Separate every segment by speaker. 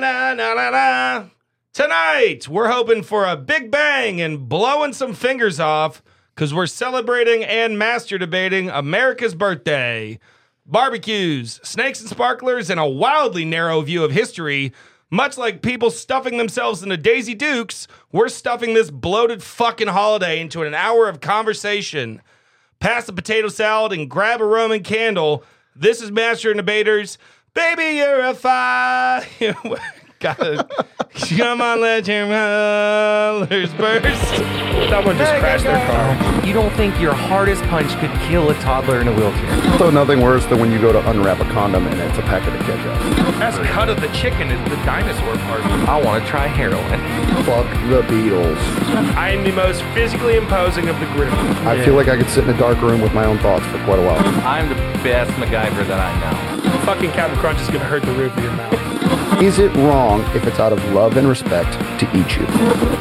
Speaker 1: Da-na-na-na-na-na-na-na. Tonight, we're hoping for a big bang and blowing some fingers off because we're celebrating and master debating America's birthday. Barbecues, snakes and sparklers, and a wildly narrow view of history. Much like people stuffing themselves into Daisy Dukes, we're stuffing this bloated fucking holiday into an hour of conversation pass the potato salad and grab a Roman candle. This is Master and Debaters. Baby, you're a fire. Gotta come on, let your colors burst.
Speaker 2: Someone just crashed their car.
Speaker 3: You don't think your hardest punch could kill a toddler in a wheelchair?
Speaker 4: So nothing worse than when you go to unwrap a condom and it's a packet of ketchup.
Speaker 2: Best cut of the chicken is the dinosaur part.
Speaker 3: I want to try heroin.
Speaker 4: Fuck the Beatles.
Speaker 2: I am the most physically imposing of the group.
Speaker 4: I feel like I could sit in a dark room with my own thoughts for quite a while.
Speaker 3: I'm the best MacGyver that I know.
Speaker 2: Fucking Captain Crunch is gonna hurt the roof of your mouth.
Speaker 4: Is it wrong if it's out of love and respect to eat you?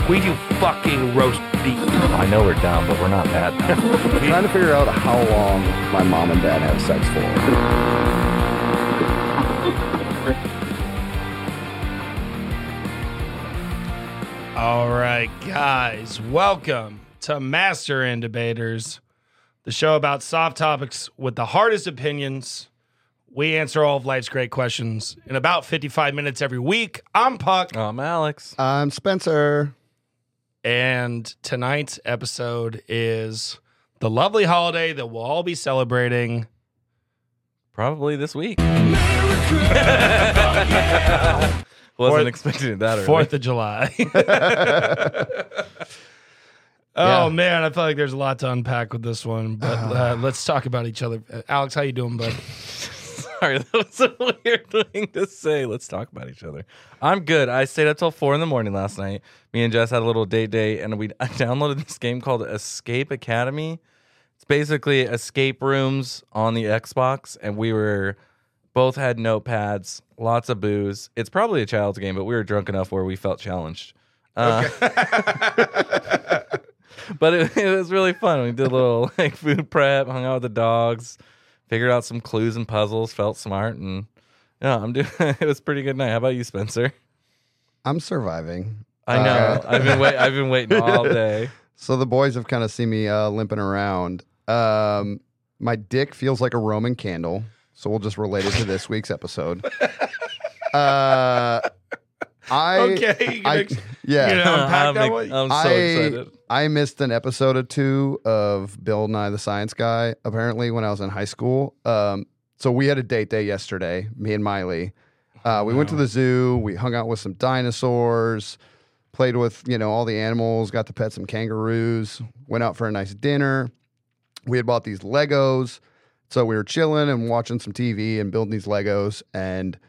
Speaker 2: We do fucking roast beef.
Speaker 3: I know we're dumb, but we're not bad.
Speaker 4: I'm trying to figure out how long my mom and dad have sex for.
Speaker 1: All right, guys, welcome to Master and Debaters, the show about soft topics with the hardest opinions. We answer all of life's great questions in about 55 minutes every week. I'm Puck.
Speaker 3: I'm Alex.
Speaker 4: I'm Spencer.
Speaker 1: And tonight's episode is the lovely holiday that we'll all be celebrating.
Speaker 3: Probably this week. Wasn't
Speaker 1: Fourth-
Speaker 3: expecting it that early.
Speaker 1: Fourth of July. oh
Speaker 4: Yeah.
Speaker 1: man, I feel like there's a lot to unpack with this one, but uh, let's talk about each other. Uh, Alex, how you doing, bud?
Speaker 3: Sorry, that was a weird thing to say. Let's talk about each other. I'm good. I stayed up till four in the morning last night. Me and Jess had a little date day, and we I downloaded this game called Escape Academy. It's basically escape rooms on the Xbox, and we were both had notepads, lots of booze. It's probably a child's game, but we were drunk enough where we felt challenged. Uh, but it, it was really fun. We did a little like food prep, hung out with the dogs, figured out some clues and puzzles, felt smart, and yeah, I'm doing. it was a pretty good night. How about you, Spencer?
Speaker 5: I'm surviving.
Speaker 3: I know.
Speaker 5: Uh,
Speaker 3: I've been wait. I've been waiting all day.
Speaker 5: So the boys have kind of seen me uh, limping around. Um, my dick feels like a Roman candle, so we'll just relate it to this week's episode. Uh, I
Speaker 1: Okay, you can
Speaker 5: I-
Speaker 1: ex-
Speaker 5: yeah.
Speaker 1: you know, unpack
Speaker 3: I'm,
Speaker 1: that
Speaker 3: ex-
Speaker 1: one.
Speaker 3: I'm so
Speaker 5: I,
Speaker 3: excited.
Speaker 5: I missed an episode or two of Bill Nye the Science Guy, apparently, when I was in high school. Um, so we had a date day yesterday, me and Miley. Uh, we went to the zoo, we hung out with some dinosaurs, played with, you know, all the animals, got to pet some kangaroos, went out for a nice dinner. We had bought these Legos. So we were chilling and watching some TV and building these Legos and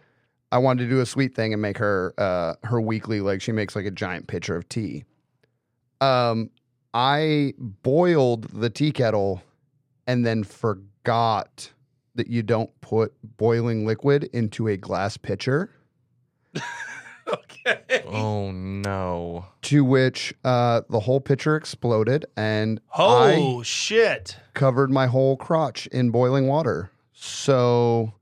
Speaker 5: I wanted to do a sweet thing and make her uh, her weekly like she makes like a giant pitcher of tea. Um, I boiled the tea kettle and then forgot that you don't put boiling liquid into a glass pitcher.
Speaker 1: okay.
Speaker 3: Oh no!
Speaker 5: To which uh, the whole pitcher exploded and
Speaker 1: Oh shit,
Speaker 5: I covered my whole crotch in boiling water. So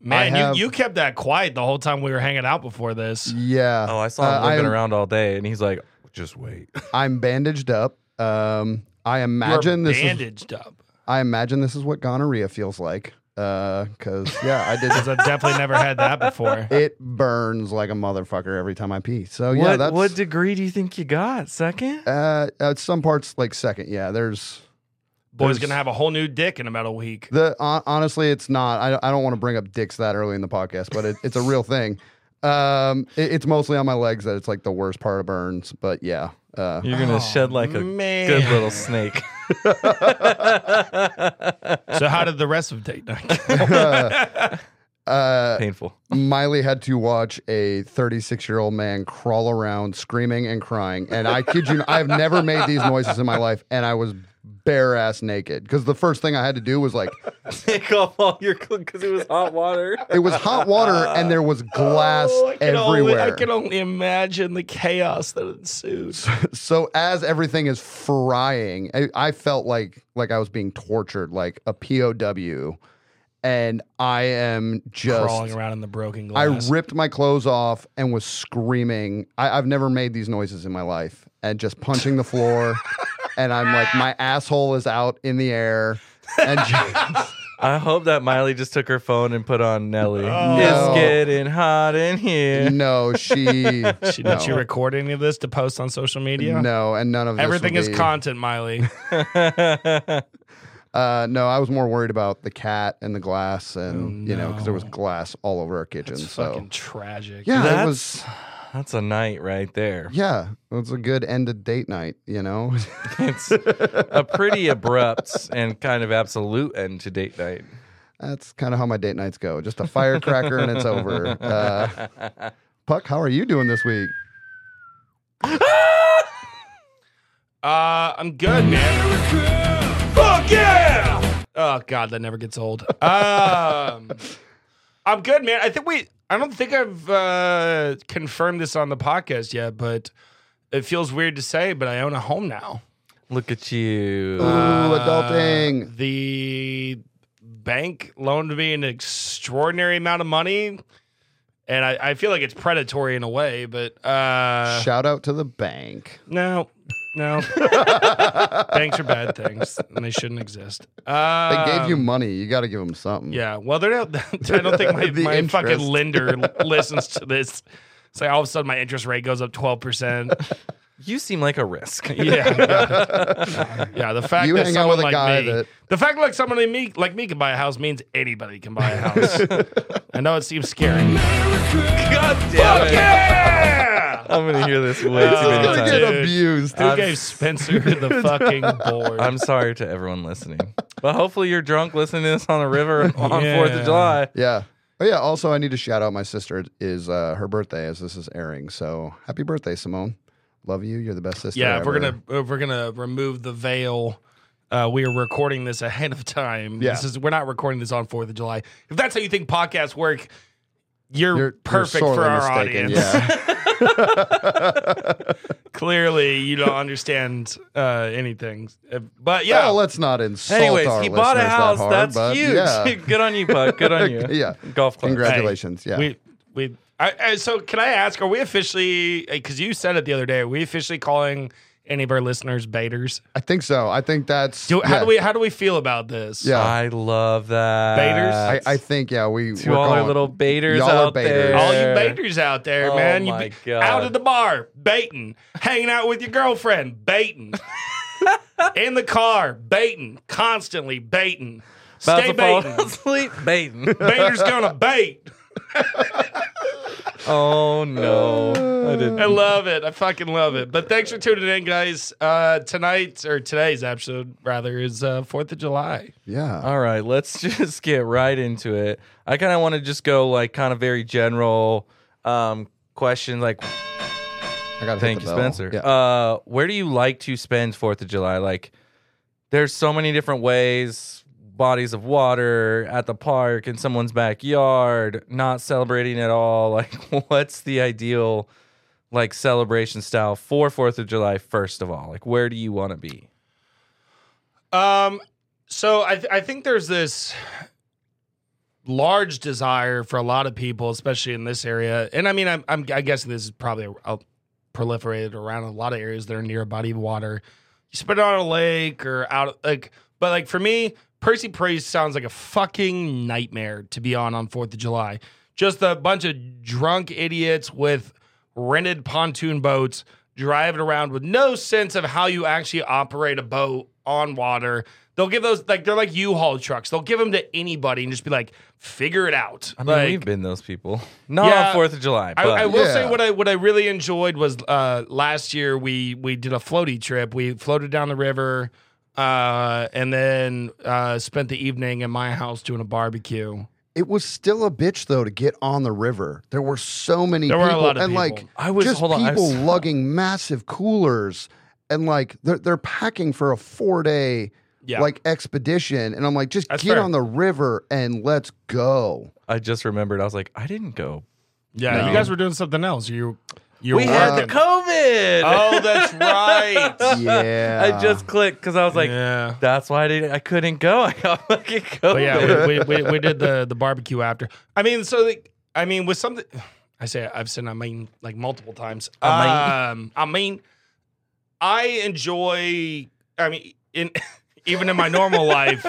Speaker 1: man!
Speaker 5: have-
Speaker 1: You you kept that quiet the whole time we were hanging out before this.
Speaker 5: yeah,
Speaker 3: Oh, I saw him
Speaker 5: Uh,
Speaker 3: looking
Speaker 5: I'm-
Speaker 3: around all day, and he's like, "Just wait."
Speaker 5: I'm bandaged up. Um, I
Speaker 1: You were
Speaker 5: imagine this is
Speaker 1: bandaged up.
Speaker 5: I imagine this is what gonorrhea feels like. Because, yeah, I did.
Speaker 1: 'Cause I've definitely never had that before.
Speaker 5: it burns like a motherfucker every time I pee. So, yeah,
Speaker 3: what,
Speaker 5: that's.
Speaker 3: what degree do you think you got? Second?
Speaker 5: uh, at some parts, like second, yeah, there's.
Speaker 1: Boy's
Speaker 5: there's-
Speaker 1: gonna have a whole new dick in about a week.
Speaker 5: The hon- honestly, it's not. I, I don't want to bring up dicks that early in the podcast, but it, it's a real thing. Um, it- it's mostly on my legs that it's like the worst part of burns. But yeah, uh,
Speaker 3: You're gonna
Speaker 1: Oh,
Speaker 3: shed like a
Speaker 1: man.
Speaker 3: good little snake.
Speaker 1: So how did the rest of date night? go?
Speaker 5: uh,
Speaker 3: Painful.
Speaker 5: Miley had to watch a 36 year old man crawl around screaming and crying. And I kid you, not, I've never made these noises in my life. And I was bare ass naked because the first thing I had to do was like,
Speaker 3: Take off all your because it was hot water.
Speaker 5: it was hot water and there was glass
Speaker 1: Oh, I can only-
Speaker 5: everywhere.
Speaker 1: I can only imagine the chaos that ensued.
Speaker 5: so as everything is frying, I, I felt like like I was being tortured, like a POW. and I am
Speaker 1: crawling
Speaker 5: just.
Speaker 1: around in the broken
Speaker 5: I
Speaker 1: glass.
Speaker 5: ripped my clothes off and was screaming. I, I've never made these noises in my life, and just punching the floor. and I'm like, my asshole is out in the air, and just,
Speaker 3: I hope that Miley just took her phone and put on Nelly.
Speaker 5: No.
Speaker 3: It's getting hot in here.
Speaker 5: no, she,
Speaker 1: She,
Speaker 5: no,
Speaker 1: Did you record any of this to post on social media?
Speaker 5: no, and none of this
Speaker 1: Everything
Speaker 5: would
Speaker 1: is
Speaker 5: be-
Speaker 1: content, Miley.
Speaker 5: Uh, no, I was more worried about the cat and the glass, and you know, because there was glass all over our kitchen.
Speaker 1: It's
Speaker 5: so
Speaker 1: Oh, fucking tragic.
Speaker 5: yeah, it
Speaker 3: That's-
Speaker 5: was.
Speaker 3: That's a night right there.
Speaker 5: Yeah, it was a good end of date night. You know,
Speaker 3: It's a pretty abrupt and kind of absolute end to date night.
Speaker 5: that's kind of how my date nights go. Just a firecracker and it's over. Uh, Puck, how are you doing this week?
Speaker 1: Uh, I'm good, man. Fuck yeah! Oh god, that never gets old. Um, I'm good, man. I think we. I don't think I've uh, confirmed this on the podcast yet, but it feels weird to say, but I own a home now.
Speaker 3: Look at you.
Speaker 5: Ooh,
Speaker 1: Uh,
Speaker 5: adulting.
Speaker 1: The bank loaned me an extraordinary amount of money, and I, I feel like it's predatory in a way, but uh,
Speaker 5: Shout out to the bank.
Speaker 1: no, no. Banks are bad things, and they shouldn't exist.
Speaker 5: They
Speaker 1: Uh,
Speaker 5: gave you money. You got to give them something.
Speaker 1: Yeah. Well, they're not. I don't think my,
Speaker 5: The
Speaker 1: my fucking
Speaker 5: interest.
Speaker 1: lender listens to this. It's like all of a sudden my interest rate goes up 12%.
Speaker 3: You seem like a risk.
Speaker 1: Yeah. Yeah. Yeah, the fact
Speaker 5: You
Speaker 1: that
Speaker 5: hang out
Speaker 1: someone
Speaker 5: with a
Speaker 1: like
Speaker 5: guy
Speaker 1: me,
Speaker 5: that-
Speaker 1: the fact like someone like me, like me can buy a house means anybody can buy a house. I know it seems scary.
Speaker 3: God damn it.
Speaker 1: Yeah!
Speaker 3: I'm gonna hear this way too
Speaker 1: It's
Speaker 5: You're
Speaker 3: many
Speaker 5: gonna
Speaker 1: Dude.
Speaker 5: get
Speaker 3: times.
Speaker 5: abused.
Speaker 1: Who gave Spencer the fucking board?
Speaker 3: I'm sorry to everyone listening. But hopefully you're drunk listening to this on the river on
Speaker 1: Yeah.
Speaker 3: Fourth of July.
Speaker 5: Yeah. Oh yeah. Also, I need to shout out my sister is uh, her birthday as this is airing. So happy birthday, Simone. Love you. You're the best sister.
Speaker 1: yeah, if we're
Speaker 5: ever.
Speaker 1: gonna if we're gonna remove the veil. Uh, we are recording this ahead of time.
Speaker 5: Yeah.
Speaker 1: This is we're not recording this on Fourth of July. If that's how you think podcasts work, you're,
Speaker 5: You're- you're
Speaker 1: perfect for
Speaker 5: sorely
Speaker 1: our
Speaker 5: mistaken,
Speaker 1: audience.
Speaker 5: Yeah.
Speaker 1: Clearly, you don't understand uh, anything. Uh, But yeah,
Speaker 5: well, let's not insult
Speaker 3: Anyways,
Speaker 5: our
Speaker 3: he bought a
Speaker 5: listeners
Speaker 3: house.
Speaker 5: That hard,
Speaker 3: That's
Speaker 5: but
Speaker 3: huge.
Speaker 5: Yeah.
Speaker 3: Good on you, Buck. Good on you.
Speaker 5: Yeah.
Speaker 3: Golf club.
Speaker 5: Congratulations. yeah.
Speaker 1: we we. I, I, so can I ask? Are we officially? Because you said it the other day. Are we officially calling any of our listeners baiters?
Speaker 5: I think so. I think that's.
Speaker 1: Do, how
Speaker 5: yeah.
Speaker 1: do we how do we feel about this?
Speaker 5: Yeah.
Speaker 3: I love that.
Speaker 1: Baiters?
Speaker 5: I, I think yeah. We
Speaker 3: to
Speaker 5: we're
Speaker 3: all our
Speaker 5: calling-
Speaker 3: little baiters
Speaker 5: Y'all are
Speaker 3: out
Speaker 5: baiters.
Speaker 3: there.
Speaker 1: All you baiters out there,
Speaker 3: Oh
Speaker 1: man. You
Speaker 3: my
Speaker 1: be
Speaker 3: God.
Speaker 1: out at the bar, baiting, hanging out with your girlfriend, baiting. In the car, baiting, constantly baiting.
Speaker 3: About
Speaker 1: Stay
Speaker 3: to fall
Speaker 1: baiting.
Speaker 3: asleep, baiting.
Speaker 1: Baiters gonna bait.
Speaker 3: oh no, I
Speaker 1: I
Speaker 3: didn't.
Speaker 1: love it. I fucking love it. But thanks for tuning in, guys. Uh, tonight or today's episode, rather, is uh, Fourth of July.
Speaker 5: Yeah.
Speaker 3: All right, let's just get right into it. I kind of want to just go like kind of very general um, question, like
Speaker 5: I gotta hit
Speaker 3: Thank
Speaker 5: the
Speaker 3: you,
Speaker 5: bell.
Speaker 3: Spencer.
Speaker 5: Yeah.
Speaker 3: Uh, where do you like to spend Fourth of July? Like, there's so many different ways. Bodies of water at the park in someone's backyard, not celebrating at all. Like, what's the ideal like celebration style for Fourth of July? First of all, like, where do you want to be?
Speaker 1: Um, so I th- I think there's this large desire for a lot of people, especially in this area, and I mean I'm I'm I guess this is probably a, a proliferated around a lot of areas that are near a body of water. You spend it on a lake or out like, but like for me, Percy Praise sounds like a fucking nightmare to be on on Fourth of July. Just a bunch of drunk idiots with rented pontoon boats driving around with no sense of how you actually operate a boat on water. They'll give those like they're like U-Haul trucks. They'll give them to anybody and just be like, figure it out.
Speaker 3: I mean,
Speaker 1: like,
Speaker 3: we've been those people. Not
Speaker 1: Yeah.
Speaker 3: on Fourth of July,
Speaker 1: I,
Speaker 3: but
Speaker 1: I will
Speaker 5: Yeah.
Speaker 1: say what I what I really enjoyed was uh, last year we we did a floaty trip. We floated down the river uh, and then uh, spent the evening in my house doing a barbecue.
Speaker 5: It was still a bitch though to get on the river. There were so many
Speaker 1: There were
Speaker 5: people,
Speaker 1: a lot of
Speaker 5: and like
Speaker 1: people.
Speaker 3: I was-
Speaker 5: just
Speaker 3: hold on, I
Speaker 5: people
Speaker 3: was-
Speaker 5: lugging massive coolers, and like they're they're packing for a four day
Speaker 1: Yeah.
Speaker 5: like expedition, and I'm like, just
Speaker 1: That's
Speaker 5: get
Speaker 1: fair.
Speaker 5: on the river and let's go.
Speaker 3: I just remembered. I was like, I didn't go.
Speaker 1: Yeah,
Speaker 5: No.
Speaker 1: you guys were doing something else. You You're
Speaker 3: we had the
Speaker 5: Um,
Speaker 3: COVID.
Speaker 1: Oh, that's right.
Speaker 5: Yeah.
Speaker 3: I just clicked because I was like,
Speaker 1: yeah.
Speaker 3: that's why I, didn't, I couldn't go. I got fucking COVID.
Speaker 1: But yeah, we, we, we, we did the the barbecue after. I mean, so the, I mean, with something, I say I've said I mean like multiple times.
Speaker 3: I
Speaker 1: Um, I mean, I enjoy. I mean, in even in my normal life,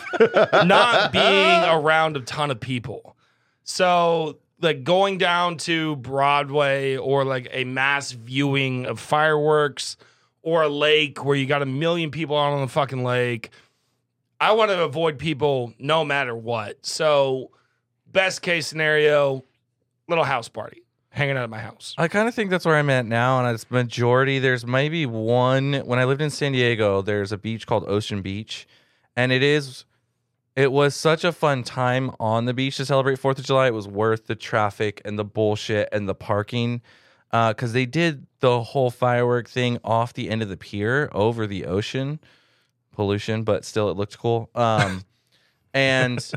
Speaker 1: not being around a ton of people. So like going down to Broadway or like a mass viewing of fireworks or a lake where you got a million people out on the fucking lake. I want to avoid people no matter what. So best case scenario, little house party, hanging out at my house.
Speaker 3: I kind of think that's where I'm at now, and it's majority. There's maybe one. When I lived in San Diego, there's a beach called Ocean Beach, and it is. It was such a fun time on the beach to celebrate Fourth of July. It was worth the traffic and the bullshit and the parking, because they did the whole firework thing off the end of the pier over the ocean, pollution, but still it looked cool. Um, and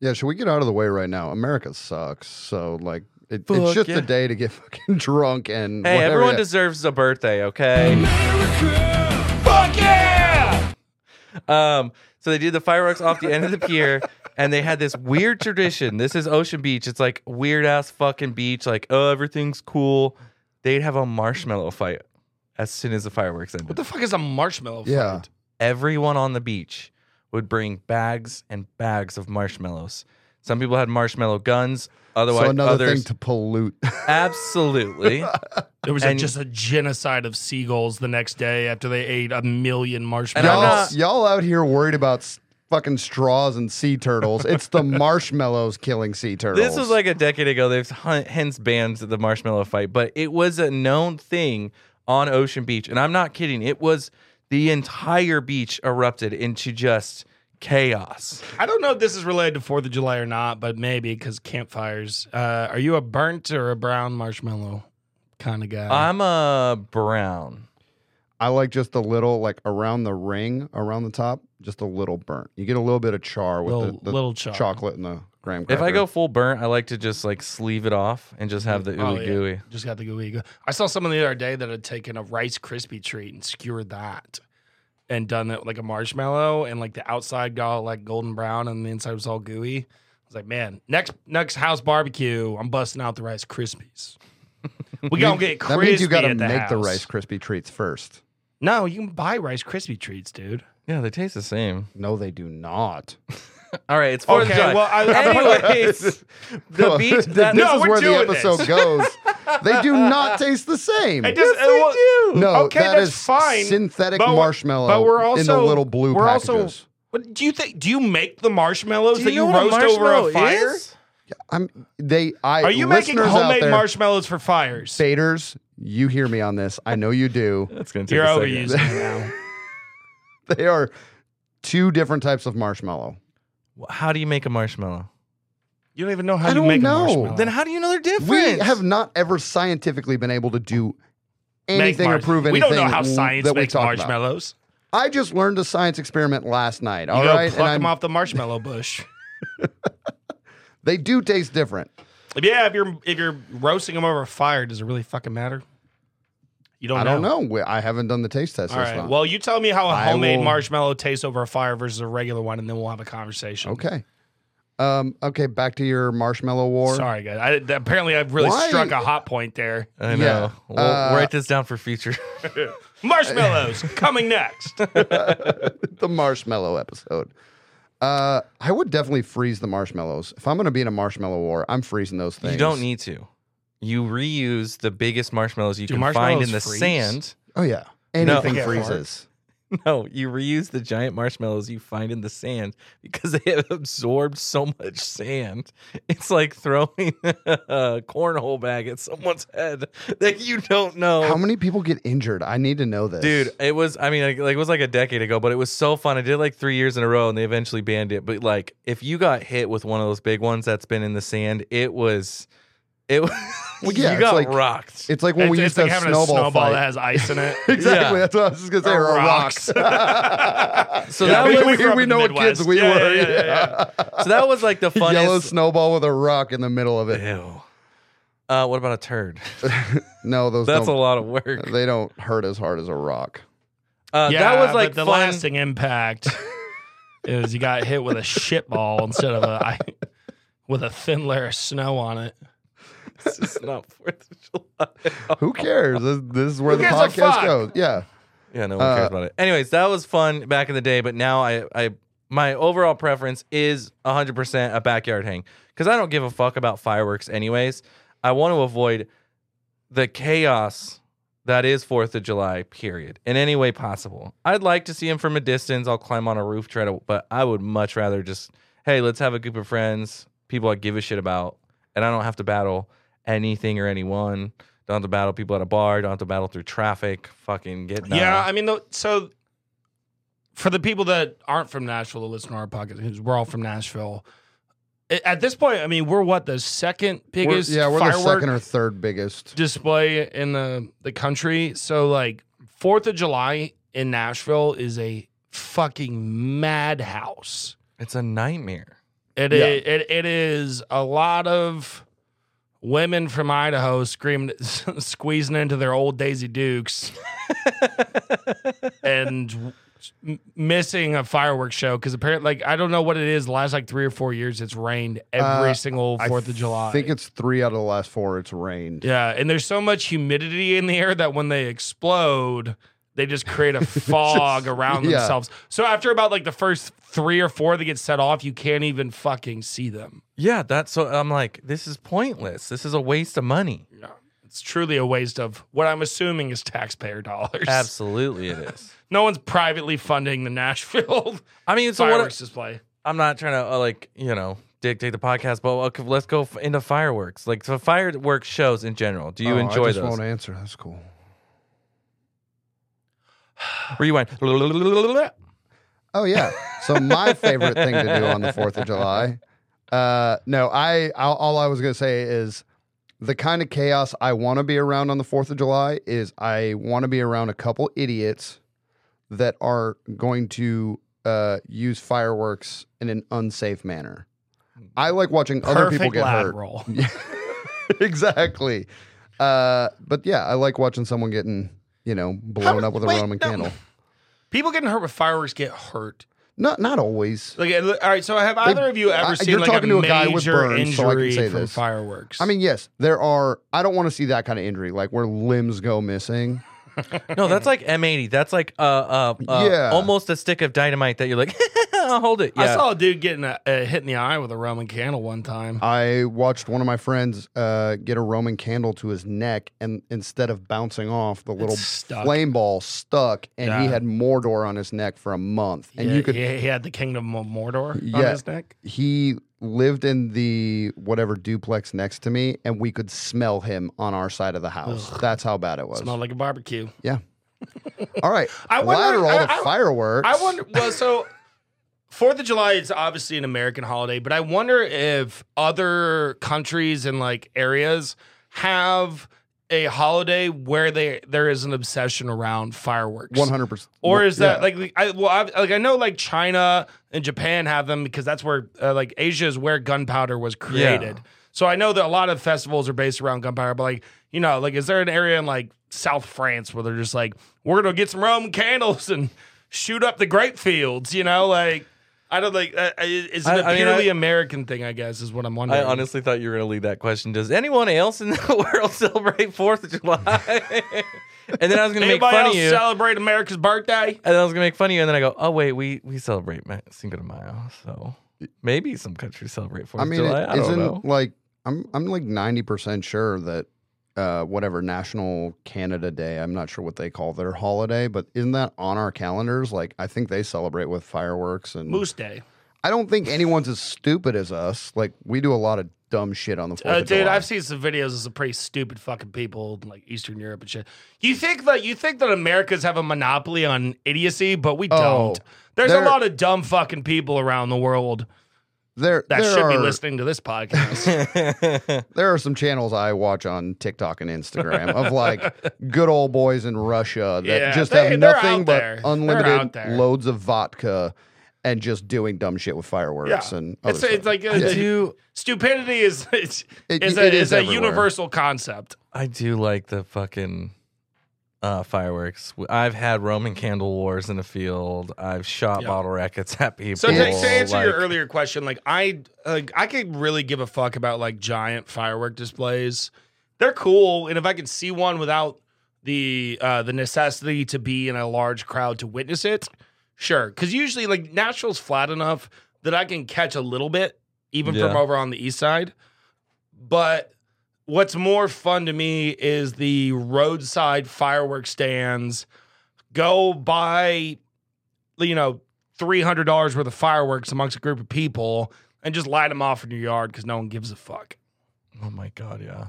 Speaker 5: yeah, should we get out of the way right now? America sucks. So, like, it,
Speaker 3: Fuck
Speaker 5: it's just
Speaker 3: yeah.
Speaker 5: a day to get fucking drunk and
Speaker 3: hey,
Speaker 5: whatever.
Speaker 3: everyone
Speaker 5: yeah.
Speaker 3: deserves a birthday, okay?
Speaker 1: Fuck yeah!
Speaker 3: Um, so they did the fireworks off the end of the pier, and they had this weird tradition. This is Ocean Beach. It's like weird ass fucking beach. Like oh, everything's cool. They'd have a marshmallow fight as soon as the fireworks ended.
Speaker 1: What the fuck is a marshmallow?
Speaker 5: Yeah.
Speaker 1: fight?
Speaker 3: Everyone on the beach would bring bags and bags of marshmallows. Some people had marshmallow guns.
Speaker 5: So,
Speaker 3: Otherwise,
Speaker 5: another
Speaker 3: others
Speaker 5: thing to pollute.
Speaker 3: absolutely.
Speaker 1: There was
Speaker 3: And-
Speaker 1: a, just a genocide of seagulls the next day after they ate a million
Speaker 3: And I'm
Speaker 5: y'all,
Speaker 1: marshmallows.
Speaker 3: not-
Speaker 5: y'all out here worried about s- fucking straws and sea turtles. It's the marshmallows killing sea turtles.
Speaker 3: This was like a decade ago. They've hun- hence banned the marshmallow fight, but it was a known thing on Ocean Beach. And I'm not kidding. It was the entire beach erupted into just chaos.
Speaker 1: I don't know if this is related to Fourth of July or not, but maybe because campfires. Uh, are you a burnt or a brown marshmallow kind of guy?
Speaker 3: I'm a brown.
Speaker 5: I like just a little, like around the ring, around the top, just a little burnt. You get a little bit of char with
Speaker 1: little,
Speaker 5: the, the
Speaker 1: little char.
Speaker 5: chocolate and the graham
Speaker 3: If I
Speaker 5: cracker.
Speaker 3: go full burnt, I like to just like sleeve it off and just have the ooey
Speaker 1: Oh, yeah.
Speaker 3: gooey.
Speaker 1: Just got the gooey. goo- I saw someone the other day that had taken a Rice Krispie treat and skewered that and done it like a marshmallow, and like the outside got all, like golden brown and the inside was all gooey. I was like, man, next next house barbecue, I'm busting out the Rice Krispies. We gonna get crispy.
Speaker 5: that means you gotta
Speaker 1: at
Speaker 5: make the
Speaker 1: house.
Speaker 5: Rice Krispie treats first.
Speaker 1: No, you can buy Rice Krispie treats, dude.
Speaker 3: Yeah, they taste the same.
Speaker 5: No, they do not.
Speaker 3: All right, it's
Speaker 5: Oh,
Speaker 3: fourth of
Speaker 1: Okay,
Speaker 3: July.
Speaker 1: well, uh, I- I-
Speaker 3: anyways, the beach.
Speaker 5: this
Speaker 3: That,
Speaker 1: No,
Speaker 5: is
Speaker 1: we're
Speaker 5: where the
Speaker 1: doing this.
Speaker 5: episode goes. They do not taste the same.
Speaker 1: It does- it wa-
Speaker 5: No,
Speaker 1: Okay,
Speaker 5: that
Speaker 1: that's
Speaker 5: is
Speaker 1: fine,
Speaker 5: Synthetic
Speaker 1: but we're-
Speaker 5: marshmallow.
Speaker 1: but we're also
Speaker 5: in the little blue
Speaker 1: we're
Speaker 5: packages.
Speaker 1: also What do you think? Do you make the marshmallows that you,
Speaker 3: know what a
Speaker 1: roast over
Speaker 3: marshmallow
Speaker 1: a fire?
Speaker 3: is?
Speaker 5: I'm they. I
Speaker 1: Are you making
Speaker 5: listeners out
Speaker 1: homemade
Speaker 5: there,
Speaker 1: marshmallows for fires?
Speaker 5: Staters, you hear me on this. I know you do.
Speaker 3: That's gonna take
Speaker 1: You're
Speaker 3: a second.
Speaker 1: overusing it now.
Speaker 5: They are two different types of marshmallow.
Speaker 3: How do you make a marshmallow?
Speaker 1: You don't even know how
Speaker 5: I
Speaker 1: you
Speaker 5: don't
Speaker 1: make
Speaker 5: know.
Speaker 1: a marshmallow.
Speaker 3: Then how do you know they're different?
Speaker 5: We have not ever scientifically been able to do
Speaker 1: Make
Speaker 5: anything or
Speaker 1: marsh-
Speaker 5: prove anything.
Speaker 1: We don't know how
Speaker 5: w-
Speaker 1: science
Speaker 5: that we
Speaker 1: makes
Speaker 5: talk about.
Speaker 1: marshmallows.
Speaker 5: I just learned a science experiment last night. All
Speaker 1: you go
Speaker 5: right,
Speaker 1: pluck
Speaker 5: and
Speaker 1: them
Speaker 5: I'm-
Speaker 1: off the marshmallow bush.
Speaker 5: they do taste different.
Speaker 1: yeah, if you're if you're roasting them over a fire, does it really fucking matter? You don't.
Speaker 5: I don't
Speaker 1: know.
Speaker 5: know. We- I haven't done the taste test.
Speaker 1: All
Speaker 5: this
Speaker 1: right.
Speaker 5: time.
Speaker 1: Well, you tell me how a
Speaker 5: I
Speaker 1: homemade
Speaker 5: will-
Speaker 1: marshmallow tastes over a fire versus a regular one, and then we'll have a conversation.
Speaker 5: okay. Um, okay, back to your marshmallow war.
Speaker 1: Sorry, guys. I, that- apparently, I've really
Speaker 5: Why-
Speaker 1: struck a hot point there.
Speaker 3: I
Speaker 5: Yeah.
Speaker 3: know. We'll
Speaker 5: Uh,
Speaker 3: write this down for future.
Speaker 1: Marshmallows coming next.
Speaker 5: The marshmallow episode. Uh, I would definitely freeze the marshmallows. If I'm going to be in a marshmallow war, I'm freezing those things.
Speaker 3: you don't need to. You reuse the biggest marshmallows you
Speaker 1: Do
Speaker 3: can find in the
Speaker 1: marshmallows freeze?
Speaker 3: sand.
Speaker 5: Oh yeah,
Speaker 3: No.
Speaker 5: anything
Speaker 1: Yeah.
Speaker 5: freezes.
Speaker 3: No, you reuse the giant marshmallows you find in the sand because they have absorbed so much sand. It's like throwing a cornhole bag at someone's head that you don't know.
Speaker 5: How many people get injured? I need to know this,
Speaker 3: Dude, it was. I mean, like, like, it was like a decade ago, but it was so fun. I did it, like three years in a row, and they eventually banned it. But like, if you got hit with one of those big ones that's been in the sand, it was, it was.
Speaker 5: Well, yeah,
Speaker 3: you
Speaker 5: it's
Speaker 3: got
Speaker 5: like-
Speaker 3: rocked.
Speaker 5: It's like when we
Speaker 1: it's,
Speaker 5: used
Speaker 1: it's
Speaker 5: to
Speaker 1: like
Speaker 5: have
Speaker 1: having
Speaker 5: snowball,
Speaker 1: a snowball
Speaker 5: fight.
Speaker 1: that has ice in it.
Speaker 5: Exactly.
Speaker 3: Yeah.
Speaker 5: That's what I was just gonna say. Or,
Speaker 1: Or
Speaker 5: rocks.
Speaker 3: so
Speaker 1: Yeah,
Speaker 3: that was
Speaker 1: we grew
Speaker 5: we,
Speaker 1: up
Speaker 5: we
Speaker 1: in
Speaker 5: know
Speaker 1: the
Speaker 5: what kids
Speaker 1: Midwest.
Speaker 5: we
Speaker 1: Yeah,
Speaker 5: were.
Speaker 1: yeah, yeah, yeah,
Speaker 3: so that was like the
Speaker 5: Yellow
Speaker 3: funnest.
Speaker 5: snowball with a rock in the middle of it.
Speaker 3: Ew. Uh, what about a turd?
Speaker 5: No, those
Speaker 3: That's a
Speaker 5: don't,
Speaker 3: lot of work.
Speaker 5: they don't hurt as hard as a rock.
Speaker 3: Uh,
Speaker 1: yeah,
Speaker 3: that was like
Speaker 1: but the
Speaker 3: fun.
Speaker 1: lasting impact is you got hit with a shit ball instead of a I, with a thin layer of snow on it.
Speaker 3: It's just not Fourth of July.
Speaker 5: Who cares? This, this is where
Speaker 1: Who
Speaker 5: the
Speaker 1: gives a
Speaker 5: podcast
Speaker 1: fuck?
Speaker 5: goes. Yeah.
Speaker 3: yeah, no one cares
Speaker 5: Uh,
Speaker 3: about it. Anyways, that was fun back in the day, but now I, I my overall preference is 100% a backyard hang because I don't give a fuck about fireworks. Anyways, I want to avoid the chaos that is Fourth of July. Period. In any way possible, I'd like to see him from a distance. I'll climb on a roof, try to, but I would much rather just hey, let's have a group of friends, people I give a shit about, and I don't have to battle anything or anyone. Don't have to battle people at a bar. Don't have to battle through traffic. Fucking get down.
Speaker 1: Yeah, I mean, the, so for the people that aren't from Nashville to listen to our podcast, because we're all from Nashville. a- At this point, I mean, we're what the second
Speaker 5: We're,
Speaker 1: biggest
Speaker 5: yeah, we're the
Speaker 1: firework
Speaker 5: second or third biggest.
Speaker 1: display in the the country. So like Fourth of July in Nashville is a fucking madhouse.
Speaker 3: it's a nightmare.
Speaker 1: It, i- it, it is a lot of women from Idaho screaming, squeezing into their old Daisy Dukes, and w- m- missing a fireworks show because apparently, like, I don't know what it is. The last like three or four years, it's rained every
Speaker 5: Uh,
Speaker 1: single
Speaker 5: I
Speaker 1: Fourth of July.
Speaker 5: I think it's three out of the last four. It's rained.
Speaker 1: yeah, and there's so much humidity in the air that when they explode. They just create a fog around
Speaker 5: yeah.
Speaker 1: themselves. So after about like the first three or four that get set off, you can't even fucking see them.
Speaker 3: Yeah, that's so. I'm like, this is pointless. This is a waste of money.
Speaker 1: It's truly a waste of what I'm assuming is taxpayer dollars.
Speaker 3: Absolutely, it is.
Speaker 1: No one's privately funding the Nashville
Speaker 3: I mean, so what?
Speaker 1: fireworks display.
Speaker 3: I'm not trying to uh, like you know dictate the podcast, but okay, let's go f- into fireworks. Like so fireworks shows in general. Do you
Speaker 5: Oh, I
Speaker 3: enjoy
Speaker 5: just
Speaker 3: those?
Speaker 5: won't answer. That's cool.
Speaker 3: Rewind.
Speaker 5: Oh yeah. So my favorite thing to do on the Fourth of July. Uh, no, I I'll, all I was gonna say is the kind of chaos I want to be around on the Fourth of July is I want to be around a couple idiots that are going to uh, use fireworks in an unsafe manner. I like watching other people
Speaker 1: Perfect
Speaker 5: get
Speaker 1: lab
Speaker 5: hurt.
Speaker 1: roll.
Speaker 5: exactly. Uh, but yeah, I like watching someone getting you know blown
Speaker 1: How-
Speaker 5: up with a
Speaker 1: wait,
Speaker 5: Roman
Speaker 1: no.
Speaker 5: candle.
Speaker 1: People getting hurt with fireworks get hurt.
Speaker 5: Not not always.
Speaker 1: Like, uh, all right. So, have either of you ever
Speaker 5: I-
Speaker 1: seen
Speaker 5: you're
Speaker 1: like
Speaker 5: talking
Speaker 1: a
Speaker 5: to a
Speaker 1: major
Speaker 5: guy with burns, so I can
Speaker 1: injury
Speaker 5: say
Speaker 1: from
Speaker 5: this.
Speaker 1: fireworks?
Speaker 5: I mean, yes, there are. I don't want to see that kind of injury, like where limbs go missing.
Speaker 3: No, that's like M80. That's like uh, uh, uh
Speaker 5: Yeah.
Speaker 3: almost a stick of dynamite that you're like, I'll hold it. Yeah.
Speaker 1: I saw a dude getting a, a hit in the eye with a Roman candle one time.
Speaker 5: I watched one of my friends uh, get a Roman candle to his neck, and instead of bouncing off, the little
Speaker 1: stuck.
Speaker 5: flame ball stuck, and he
Speaker 1: Yeah.
Speaker 5: had Mordor on his neck for a month. And
Speaker 1: Yeah,
Speaker 5: you could,
Speaker 1: he, he had the Kingdom of Mordor on
Speaker 5: Yeah.
Speaker 1: his neck.
Speaker 5: he lived in the whatever duplex next to me, and we could smell him on our side of the house. That's how bad it was.
Speaker 1: Smelled like a barbecue.
Speaker 5: yeah. All right.
Speaker 1: I wonder-
Speaker 5: Lateral
Speaker 1: I-
Speaker 5: to
Speaker 1: I-
Speaker 5: fireworks.
Speaker 1: I wonder. Well, so Fourth of July is obviously an American holiday, but I wonder if other countries and like areas have a holiday where they there is an obsession around fireworks.
Speaker 5: One hundred percent.
Speaker 1: Or is that like I well I, like I know like China and Japan have them because that's where uh, like Asia is where gunpowder was created. So I know that a lot of festivals are based around gunpowder, but like you know like is there an area in like South France where they're just like we're gonna get some Roman candles and shoot up the grape fields? You know like I don't like uh, is it
Speaker 3: I-
Speaker 1: a
Speaker 3: I mean,
Speaker 1: purely
Speaker 3: I-
Speaker 1: American thing? I guess is what I'm
Speaker 3: I
Speaker 1: wondering.
Speaker 3: honestly thought you were going to lead that question. Does anyone else in the world celebrate Fourth of July? and then I was going to make
Speaker 1: Anybody
Speaker 3: fun
Speaker 1: else
Speaker 3: of you.
Speaker 1: celebrate America's birthday?
Speaker 3: and I was going to make fun of you. And then I go, oh, wait, we, we celebrate Ma- Cinco de Mayo. So maybe some countries celebrate Fourth
Speaker 5: I mean,
Speaker 3: of July.
Speaker 5: it
Speaker 3: I don't
Speaker 5: isn't
Speaker 3: know.
Speaker 5: like I'm I'm like ninety percent sure that uh, whatever National Canada Day, I'm not sure what they call their holiday, but isn't that on our calendars? Like I think they celebrate with fireworks and
Speaker 1: Moose Day.
Speaker 5: I don't think anyone's as stupid as us. Like we do a lot of dumb shit on the fourth
Speaker 1: Uh,
Speaker 5: of
Speaker 1: dude,
Speaker 5: July.
Speaker 1: I've seen some videos of some pretty stupid fucking people in like Eastern Europe and shit. You think that you think that Americans have a monopoly on idiocy, but we
Speaker 5: Oh,
Speaker 1: don't. There's a
Speaker 5: there-
Speaker 1: lot of dumb fucking people around the world
Speaker 5: there
Speaker 1: that
Speaker 5: there
Speaker 1: should be
Speaker 5: are-
Speaker 1: listening to this podcast.
Speaker 5: there are some channels I watch on TikTok and Instagram of like good old boys in Russia that
Speaker 1: Yeah,
Speaker 5: just
Speaker 1: they-
Speaker 5: have
Speaker 1: they're
Speaker 5: nothing
Speaker 1: out
Speaker 5: but
Speaker 1: there. They're out
Speaker 5: unlimited
Speaker 1: there.
Speaker 5: loads of vodka and just doing dumb shit with fireworks
Speaker 1: Yeah.
Speaker 5: and other
Speaker 1: It's, it's
Speaker 5: stuff.
Speaker 1: like uh,
Speaker 3: I do
Speaker 1: stupidity is it's,
Speaker 5: It-
Speaker 1: is a,
Speaker 5: it
Speaker 1: is,
Speaker 5: is
Speaker 1: a
Speaker 5: everywhere.
Speaker 1: universal concept.
Speaker 3: I do like the fucking uh, fireworks. W- I've had Roman candle wars in the field. I've shot
Speaker 1: Yeah.
Speaker 3: bottle rockets at people.
Speaker 1: So to, to answer your
Speaker 3: like-
Speaker 1: earlier question, like I like I could really give a fuck about like giant firework displays. They're cool, and if I can see one without the uh, the necessity to be in a large crowd to witness it, sure. Because usually, like Nashville's flat enough that I can catch a little bit, even
Speaker 3: Yeah.
Speaker 1: from over on the east side. But what's more fun to me is the roadside fireworks stands. Go buy, you know, three hundred dollars worth of fireworks amongst a group of people and just light them off in your yard because no one gives a fuck.
Speaker 3: oh my god, yeah.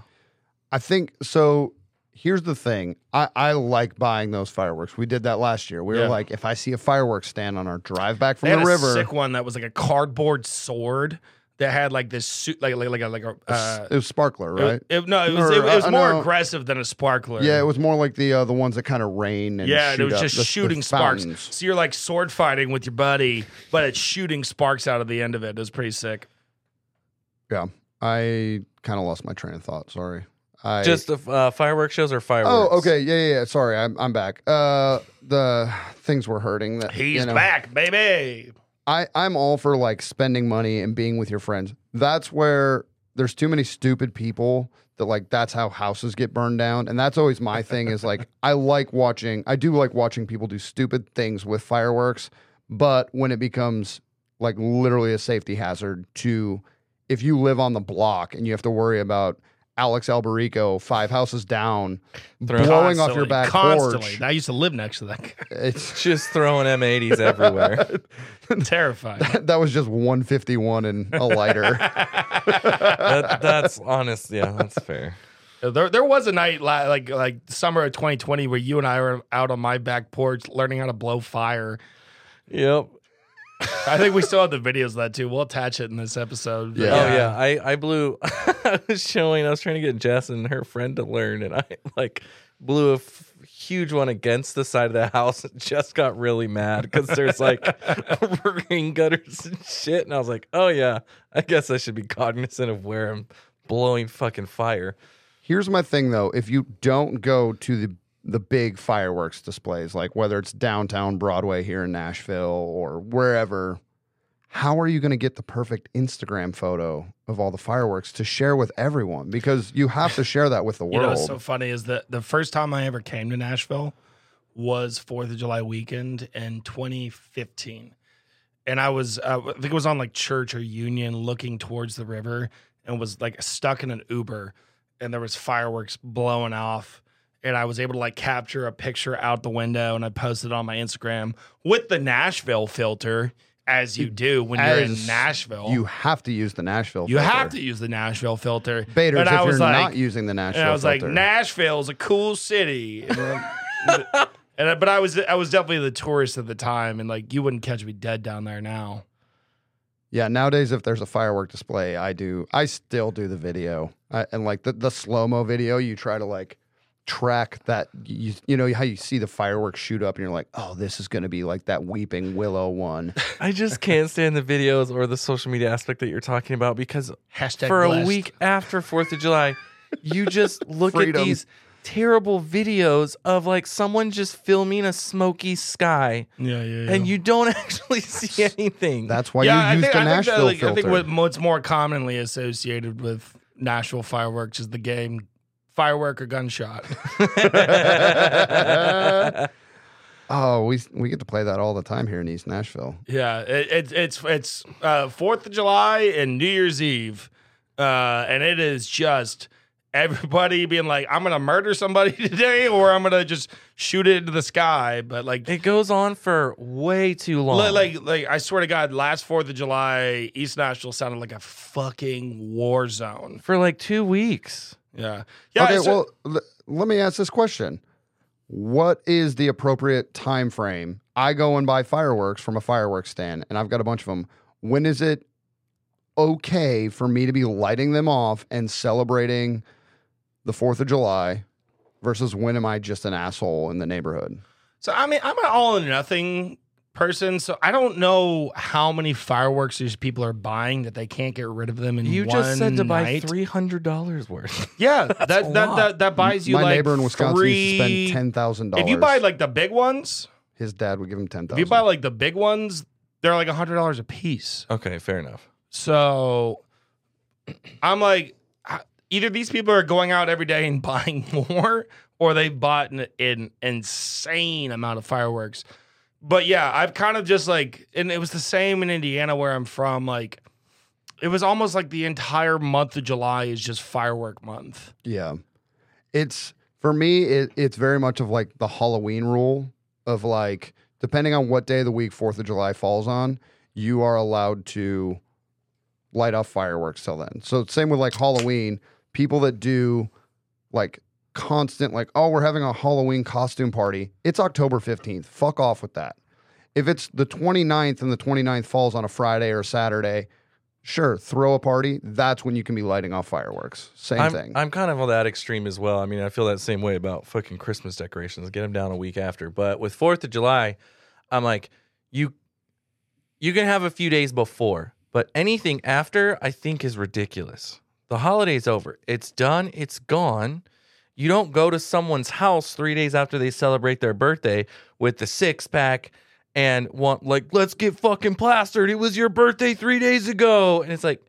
Speaker 5: I think so. Here's the thing. I, I like buying those fireworks. We did that last year. We
Speaker 1: Yeah.
Speaker 5: were like, if I see a fireworks stand on our drive back from
Speaker 1: they had
Speaker 5: the
Speaker 1: a
Speaker 5: river,
Speaker 1: sick one that was like a cardboard sword that had like this suit, like like like a like a. Uh,
Speaker 5: it was sparkler,
Speaker 1: it-
Speaker 5: right?
Speaker 1: it- no, it was it,
Speaker 5: Or,
Speaker 1: it was
Speaker 5: uh,
Speaker 1: more
Speaker 5: no.
Speaker 1: aggressive than a sparkler.
Speaker 5: yeah, it was more like the uh, the ones that kind of rain and
Speaker 1: Yeah, and
Speaker 5: shoot
Speaker 1: it was
Speaker 5: up,
Speaker 1: just
Speaker 5: the- the
Speaker 1: shooting sparks.
Speaker 5: fountains.
Speaker 1: So you're like sword fighting with your buddy, but it's shooting sparks out of the end of it. It was pretty sick.
Speaker 5: Yeah, I kind of lost my train of thought. Sorry. I
Speaker 3: Just the f- uh, firework shows or fireworks.
Speaker 5: Oh, okay. Yeah, yeah, yeah. Sorry, I'm, I'm back. Uh, the things were hurting. That,
Speaker 1: He's
Speaker 5: you know,
Speaker 1: back, baby.
Speaker 5: I, I'm all for like spending money and being with your friends. That's where there's too many stupid people that like that's how houses get burned down. And that's always my thing is like I like watching I do like watching people do stupid things with fireworks, but when it becomes like literally a safety hazard to if you live on the block and you have to worry about Alex Albarico five houses down
Speaker 3: Throwing-
Speaker 5: blowing off your back
Speaker 1: constantly.
Speaker 5: porch.
Speaker 1: I used to live next to that. guy.
Speaker 5: It's
Speaker 3: Just throwing M80s everywhere.
Speaker 1: Terrifying.
Speaker 5: that was just 151 and a lighter.
Speaker 3: that, that's honest. Yeah, that's fair.
Speaker 1: There, there was a night la- like like summer of 2020 where you and I were out on my back porch learning how to blow fire.
Speaker 3: Yep.
Speaker 1: I think we still have the videos of that too. We'll attach it in this episode. But
Speaker 5: Yeah.
Speaker 3: Oh yeah, I I blew. I was showing. I was trying to get Jess and her friend to learn, and I like blew a f- huge one against the side of the house. And Jess got really mad because there's like rain gutters and shit. And I was like, oh yeah, I guess I should be cognizant of where I'm blowing fucking fire.
Speaker 5: Here's my thing though: if you don't go to the the big fireworks displays, like whether it's downtown Broadway here in Nashville or wherever, how are you going to get the perfect Instagram photo of all the fireworks to share with everyone? Because you have to share that with the
Speaker 1: You know
Speaker 5: world.
Speaker 1: what's so funny is that the first time I ever came to Nashville was Fourth of July weekend in 2015, and I was uh, I think it was on like Church or Union, looking towards the river, and was like stuck in an Uber, and there was fireworks blowing off. And I was able to like capture a picture out the window, and I posted it on my Instagram with the Nashville filter, as you do when you're in
Speaker 5: As
Speaker 1: Nashville.
Speaker 5: you have to use the Nashville.
Speaker 1: You
Speaker 5: filter.
Speaker 1: have to use the Nashville filter.
Speaker 5: Bader, if
Speaker 1: and I
Speaker 5: you're
Speaker 1: was like,
Speaker 5: not using the Nashville
Speaker 1: and I was like,
Speaker 5: filter,
Speaker 1: Nashville's a cool city. And, then- and I- but I was I was definitely the tourist at the time, and like you wouldn't catch me dead down there now.
Speaker 5: Yeah, nowadays if there's a firework display, I do. I still do the video I, and like the, the slow mo video. You try to like track that. You you know how you see the fireworks shoot up, and you're like, oh, this is going to be like that weeping willow one.
Speaker 3: I just can't stand the videos or the social media aspect that you're talking about because
Speaker 1: Hashtag
Speaker 3: for a
Speaker 1: blessed.
Speaker 3: week after Fourth of July, you just look at
Speaker 5: Freedom.
Speaker 3: these terrible videos of like someone just filming a smoky sky
Speaker 1: Yeah, yeah.
Speaker 3: and you don't actually see anything.
Speaker 5: That's why
Speaker 1: yeah, I
Speaker 5: you
Speaker 1: think,
Speaker 5: use the
Speaker 1: I think, that,
Speaker 5: Nashville
Speaker 1: like, I
Speaker 5: filter.
Speaker 1: think what, what's more commonly associated with Nashville fireworks is the game firework or gunshot.
Speaker 5: oh, we we get to play that all the time here in East Nashville.
Speaker 1: Yeah, it, it, it's it's uh, Fourth of July and New Year's Eve, uh, and it is just everybody being like, "I'm gonna murder somebody today," or "I'm gonna just shoot it into the sky." But like,
Speaker 3: it goes on for way too long.
Speaker 1: li- like, like, I swear to God, last Fourth of July, East Nashville sounded like a fucking war zone.
Speaker 3: for like two weeks.
Speaker 1: Yeah, yeah.
Speaker 5: okay,
Speaker 1: so-
Speaker 5: well, l- let me ask this question: What is the appropriate time frame? I go and buy fireworks from a fireworks stand, and I've got a bunch of them. When is it okay for me to be lighting them off and celebrating the Fourth of July? Versus when am I just an asshole in the neighborhood?
Speaker 1: So I mean, I'm an all or nothing person, so I don't know how many fireworks these people are buying that they can't get rid of them in
Speaker 3: You
Speaker 1: one
Speaker 3: just said to buy
Speaker 1: night.
Speaker 3: three hundred dollars worth.
Speaker 1: Yeah, that that,
Speaker 3: lot.
Speaker 1: that that buys you
Speaker 5: My
Speaker 1: like
Speaker 5: neighbor in Wisconsin
Speaker 1: three,
Speaker 5: used to spend ten thousand dollars.
Speaker 1: If you buy like the big ones,
Speaker 5: his dad would give him ten
Speaker 1: if
Speaker 5: thousand.
Speaker 1: you buy like the big ones, they're like hundred dollars a piece.
Speaker 3: okay, fair enough.
Speaker 1: So I'm like, I- either these people are going out every day and buying more, or they bought an, an insane amount of fireworks. But yeah, I've kind of just like, and it was the same in Indiana where I'm from. Like, it was almost like the entire month of July is just firework month.
Speaker 5: Yeah. It's for me, it, it's very much of like the Halloween rule of like, depending on what day of the week Fourth of July falls on, you are allowed to light off fireworks till then. So same with like Halloween, people that do like constant like, oh, we're having a Halloween costume party. It's October 15th. Fuck off with that. If it's the 29th and the 29th falls on a Friday or Saturday, sure, throw a party. That's when you can be lighting off fireworks. Same
Speaker 3: I'm,
Speaker 5: thing.
Speaker 3: I'm kind of on that extreme as well. I mean, I feel that same way about fucking Christmas decorations. Get them down a week after. But with Fourth of July, I'm like, you, you can have a few days before, but anything after, I think, is ridiculous. The holiday's over. It's done. It's gone. You don't go to someone's house three days after they celebrate their birthday with the six pack and want like, let's get fucking plastered. It was your birthday three days ago, and it's like,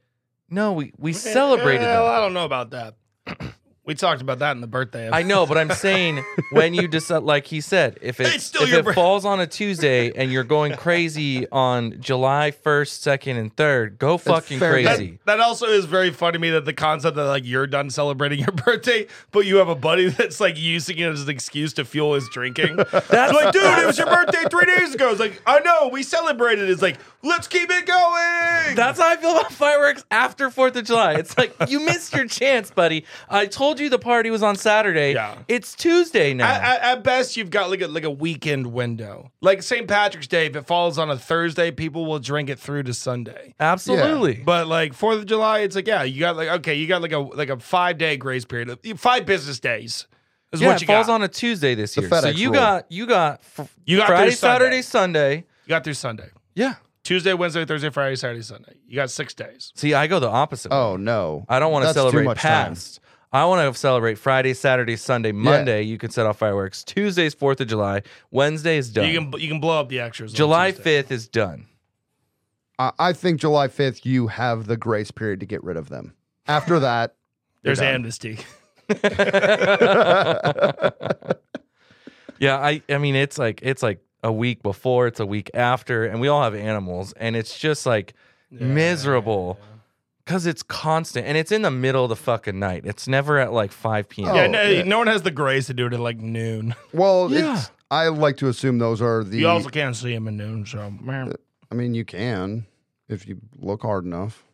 Speaker 3: no, we we celebrated.
Speaker 1: Well,
Speaker 3: that.
Speaker 1: I don't know about that. We talked about that in the birthday.
Speaker 3: I know, but I'm saying when you decide, like he said, if it,
Speaker 1: It's still
Speaker 3: if
Speaker 1: your
Speaker 3: it
Speaker 1: br-
Speaker 3: falls on a Tuesday and you're going crazy on July 1st, 2nd, and 3rd, go fucking
Speaker 5: fair game.
Speaker 1: That,
Speaker 3: crazy.
Speaker 1: that also is very funny to me that the concept that like you're done celebrating your birthday, but you have a buddy that's like using it as an excuse to fuel his drinking. that's like, dude, it was your birthday three days ago. It's like, I know, we celebrated. It's like, let's keep it going.
Speaker 3: That's how I feel about fireworks after 4th of July. It's like, you missed your chance, buddy. I told you the party was on Saturday.
Speaker 1: Yeah.
Speaker 3: It's Tuesday now.
Speaker 1: at, at- at best, you've got like a like a weekend window. Like St. Patrick's Day, if it falls on a Thursday, people will drink it through to Sunday.
Speaker 3: Absolutely.
Speaker 1: But like Fourth of July, it's like yeah, you got like okay, you got like a like a five day grace period, five business days is
Speaker 3: yeah,
Speaker 1: what
Speaker 3: it
Speaker 1: you
Speaker 3: falls
Speaker 1: got.
Speaker 3: on a Tuesday this
Speaker 5: The
Speaker 3: year. So
Speaker 5: FedEx
Speaker 3: you
Speaker 5: rule.
Speaker 3: got you got fr-
Speaker 1: You got
Speaker 3: Friday,
Speaker 1: through Sunday.
Speaker 3: Saturday, Sunday.
Speaker 1: you got through Sunday.
Speaker 3: Yeah.
Speaker 1: Tuesday, Wednesday, Thursday, Friday, Saturday, Sunday. You got six days.
Speaker 3: See, I go the opposite. way.
Speaker 5: Oh no!
Speaker 3: I don't want to
Speaker 5: That's too
Speaker 3: celebrate
Speaker 5: much time.
Speaker 3: past. I want to celebrate Friday, Saturday, Sunday, Monday. You can set off fireworks. Tuesday's Fourth of July. Wednesday is done.
Speaker 1: You can you can blow up the extras. on
Speaker 3: July
Speaker 1: Tuesday.
Speaker 3: fifth is done.
Speaker 5: I, I think July fifth, you have the grace period to get rid of them. After that,
Speaker 1: There's
Speaker 5: done.
Speaker 1: amnesty.
Speaker 3: Yeah, I. I mean, it's like it's like a week before, it's a week after, and we all have animals, and it's just like miserable because it's constant and it's in the middle of the fucking night. It's never at like five p.m.
Speaker 1: yeah,
Speaker 5: Oh,
Speaker 1: no,
Speaker 5: yeah.
Speaker 1: no one has the grace to do it at like noon.
Speaker 5: well,
Speaker 3: Yeah.
Speaker 5: it's, I like to assume those are the.
Speaker 1: You also can't see them at noon, so man,
Speaker 5: I mean, you can if you look hard enough.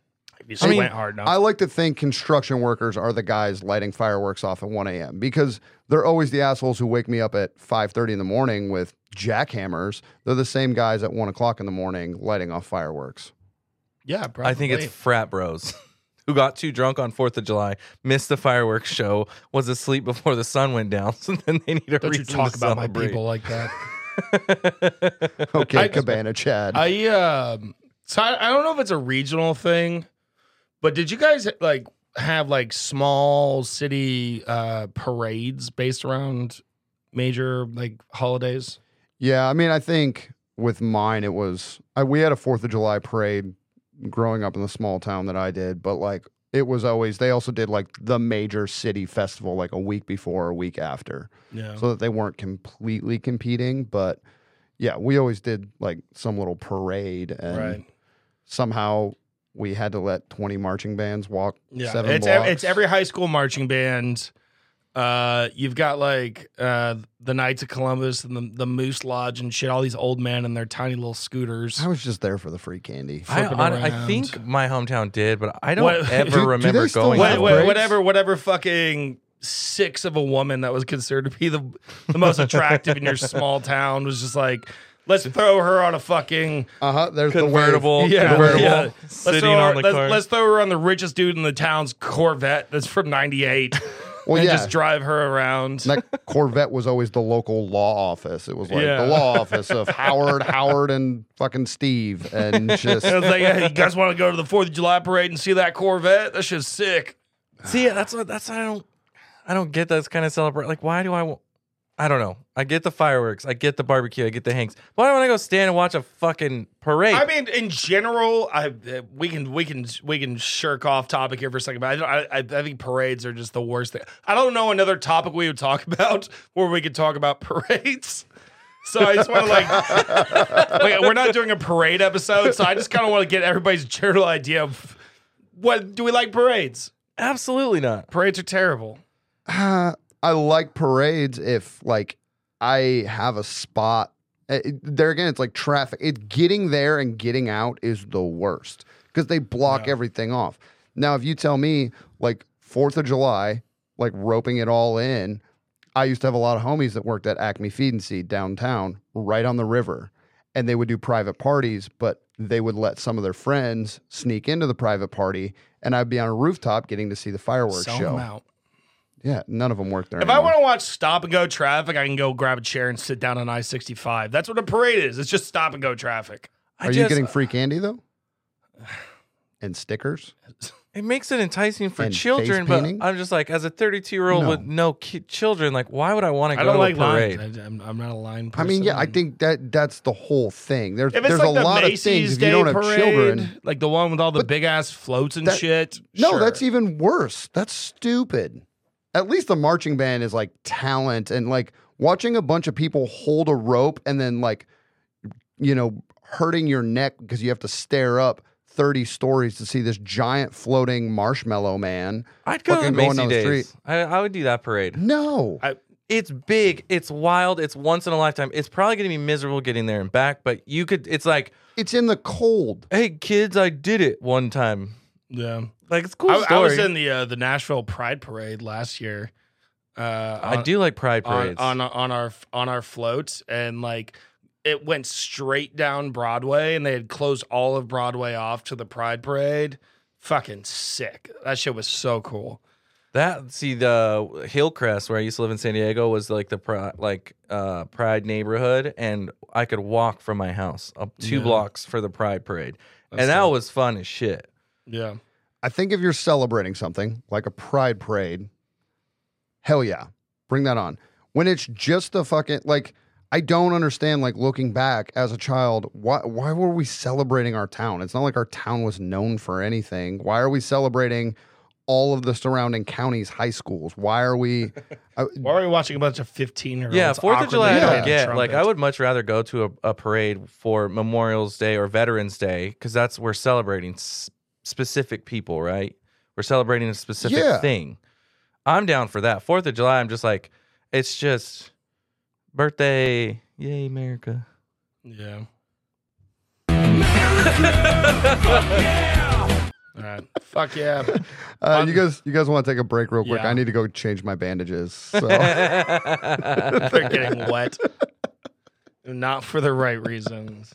Speaker 1: if you
Speaker 3: I mean,
Speaker 1: squint hard enough.
Speaker 5: I like to think construction workers are the guys lighting fireworks off at one a.m. because they're always the assholes who wake me up at five thirty in the morning with jackhammers. They're the same guys at one o'clock in the morning lighting off fireworks.
Speaker 1: yeah, probably.
Speaker 3: I think it's frat bros who got too drunk on Fourth of July, missed the fireworks show, was asleep before the sun went down, so then they need a
Speaker 1: Don't you
Speaker 3: reason
Speaker 1: talk
Speaker 3: to
Speaker 1: about my
Speaker 3: celebrate.
Speaker 1: people like that.
Speaker 5: Okay,
Speaker 1: I-
Speaker 5: Cabana Chad.
Speaker 1: I um, so I, I don't know if it's a regional thing, but did you guys like have like small city uh parades based around major like holidays?
Speaker 5: Yeah, I mean, I think with mine it was I, we had a Fourth of July parade growing up in the small town that I did, but like it was always they also did like the major city festival like a week before or a week after,
Speaker 1: Yeah.
Speaker 5: so that they weren't completely competing. But yeah, we always did like some little parade, and
Speaker 1: Right.
Speaker 5: somehow we had to let twenty marching bands walk
Speaker 1: Yeah,
Speaker 5: seven
Speaker 1: it's ev-
Speaker 5: blocks.
Speaker 1: it's every high school marching band. Uh, you've got like uh, the Knights of Columbus and the, the Moose Lodge and shit. All these old men and their tiny little scooters.
Speaker 5: I was just there for the free candy.
Speaker 3: I,
Speaker 1: flipping
Speaker 3: I, I
Speaker 1: around.
Speaker 3: think my hometown did, but I don't
Speaker 1: What-
Speaker 3: ever
Speaker 5: Do- do
Speaker 3: remember
Speaker 5: they still
Speaker 3: going.
Speaker 5: have
Speaker 1: What,
Speaker 3: to
Speaker 1: what-
Speaker 3: one.
Speaker 5: braids?
Speaker 1: whatever, whatever, fucking six of a woman that was considered to be the the most attractive in your small town was just like, let's throw her on a fucking
Speaker 5: Uh huh. There's
Speaker 3: Convertible,
Speaker 5: the wave.
Speaker 1: yeah,
Speaker 3: convertible,
Speaker 1: yeah. Let's
Speaker 3: sitting
Speaker 1: throw, her,
Speaker 3: on the
Speaker 1: let's,
Speaker 3: car.
Speaker 1: let's throw her on the richest dude in the town's Corvette that's from '98.
Speaker 5: Well,
Speaker 1: and
Speaker 5: yeah.
Speaker 1: just drive her around.
Speaker 5: And that Corvette was always the local law office. It was like
Speaker 1: Yeah.
Speaker 5: the law office of Howard, Howard, and fucking Steve, and just
Speaker 1: I was like, hey, you guys want to go to the Fourth of July parade and see that Corvette? That shit's sick.
Speaker 3: See, that's what that's what I don't I don't get that kind of celebrate. Like, why do I? wa- I don't know. I get the fireworks. I get the barbecue. I get the hanks. Why don't I go stand and watch a fucking parade?
Speaker 1: I mean, in general, I uh, we can we can we can shirk off topic here for a second, but I don't, I, I I think parades are just the worst thing. I don't know another topic we would talk about where we could talk about parades. So I just want to like, like, we're not doing a parade episode, so I just kind of want to get everybody's general idea of what do we like parades?
Speaker 3: Absolutely not.
Speaker 1: Parades are terrible.
Speaker 5: Uh, I like parades if like I have a spot. Uh, it- there again, it's like traffic. It getting there and getting out is the worst because they block everything off. Now, if you tell me like Fourth of July, like roping it all in, I used to have a lot of homies that worked at Acme Feed and Seed downtown, right on the river, and they would do private parties, but they would let some of their friends sneak into the private party, and I'd be on a rooftop getting to see the fireworks
Speaker 1: Sell
Speaker 5: show.
Speaker 1: 'em out.
Speaker 5: Yeah, none of them work there.
Speaker 1: If I want to watch stop and go traffic, I can go grab a chair and sit down on I sixty five. That's what a parade is. It's just stop and go traffic.
Speaker 3: I
Speaker 5: are you
Speaker 3: just-
Speaker 5: getting free candy though? And stickers?
Speaker 3: It makes it enticing for
Speaker 5: And face
Speaker 3: children, but
Speaker 5: painting?
Speaker 3: I'm just like, as a 32 year old
Speaker 5: No.
Speaker 3: with no ki- children, like, why would I want to go
Speaker 1: I don't
Speaker 3: to
Speaker 1: like
Speaker 3: a parade?
Speaker 1: lines. I, am not a line
Speaker 5: I
Speaker 1: person.
Speaker 5: mean, yeah, I think that that's the whole thing. There's
Speaker 1: if it's
Speaker 5: there's
Speaker 1: like
Speaker 5: a
Speaker 1: the
Speaker 5: lot
Speaker 1: Macy's
Speaker 5: of things if
Speaker 1: Day
Speaker 5: you don't have
Speaker 1: parade,
Speaker 5: children.
Speaker 1: like the one with all the
Speaker 5: But
Speaker 1: big ass floats and
Speaker 5: that-
Speaker 1: shit.
Speaker 5: No,
Speaker 1: sure.
Speaker 5: that's e-, even worse. That's stupid. At least the marching band is like talent and like watching a bunch of people hold a rope and then like you know hurting your neck because you have to stare up 30 stories to see this giant floating marshmallow man.
Speaker 3: I'd go to the
Speaker 5: Fucking going
Speaker 3: Macy
Speaker 5: down the
Speaker 3: days. I, I would do that parade.
Speaker 5: No.
Speaker 3: It's big, it's wild, it's once in a lifetime. It's probably going to be miserable getting there and back, but you could, it's like,
Speaker 5: It's in the cold.
Speaker 3: hey, kids, I did it one time.
Speaker 1: yeah.
Speaker 3: Like, it's a cool
Speaker 1: I, I
Speaker 3: story.
Speaker 1: was in the uh, the Nashville Pride Parade last year. Uh,
Speaker 3: I
Speaker 1: on-
Speaker 3: do like pride
Speaker 1: on,
Speaker 3: parades.
Speaker 1: on on our on our floats and like it went straight down Broadway and they had closed all of Broadway off to the Pride Parade. Fucking sick. That shit was so cool.
Speaker 3: That see the Hillcrest where I used to live in San Diego was like the pri- like uh, Pride neighborhood, and I could walk from my house up two
Speaker 1: Yeah.
Speaker 3: blocks for the Pride parade,
Speaker 1: That's
Speaker 3: and that
Speaker 1: dope.
Speaker 3: was fun as shit.
Speaker 1: Yeah.
Speaker 5: I think if you're celebrating something like a pride parade, hell yeah, bring that on. When it's just a fucking like, I don't understand. Like looking back as a child, why why were we celebrating our town? It's not like our town was known for anything. Why are we celebrating all of the surrounding counties' high schools? Why are we? uh, I,
Speaker 1: Why are we watching a bunch of 15 year olds?
Speaker 3: yeah, Fourth of July, I don't
Speaker 5: playing
Speaker 3: get. Like, I would much rather go to a, a parade for Memorial's Day or Veterans Day because that's we're celebrating s- specific people, right? We're celebrating a specific
Speaker 5: Yeah.
Speaker 3: thing. I'm down for that. Fourth of July, I'm just like, it's just birthday, yay, America.
Speaker 1: Yeah. All right. Fuck yeah.
Speaker 5: uh, you guys, you guys want to take a break real quick?
Speaker 1: Yeah.
Speaker 5: I need to go change my bandages. So.
Speaker 1: They're getting wet. Not for the right reasons.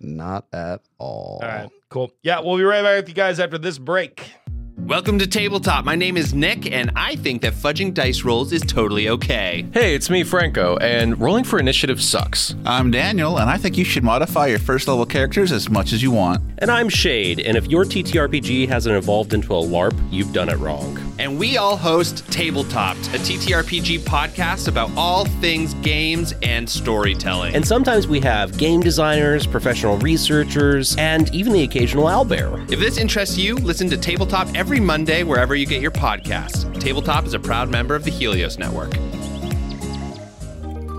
Speaker 5: Not at all.
Speaker 1: All right. Cool. Yeah, we'll be right back with you guys after this break.
Speaker 6: Welcome to Tabletop. My name is Nick, and I think that fudging dice rolls is totally okay.
Speaker 7: Hey, it's me, Franco, and rolling for initiative sucks.
Speaker 8: I'm Daniel, and I think you should modify your first level characters as much as you want.
Speaker 9: And I'm Shade, and if your TTRPG hasn't evolved into a LARP, you've done it wrong.
Speaker 6: And we all host Tabletopped, a TTRPG podcast about all things games and storytelling.
Speaker 9: And sometimes we have game designers, professional researchers, and even the occasional owlbear.
Speaker 6: if this interests you, listen to Tabletop every Monday wherever you get your podcast. Tabletop is a proud member of the Helios Network.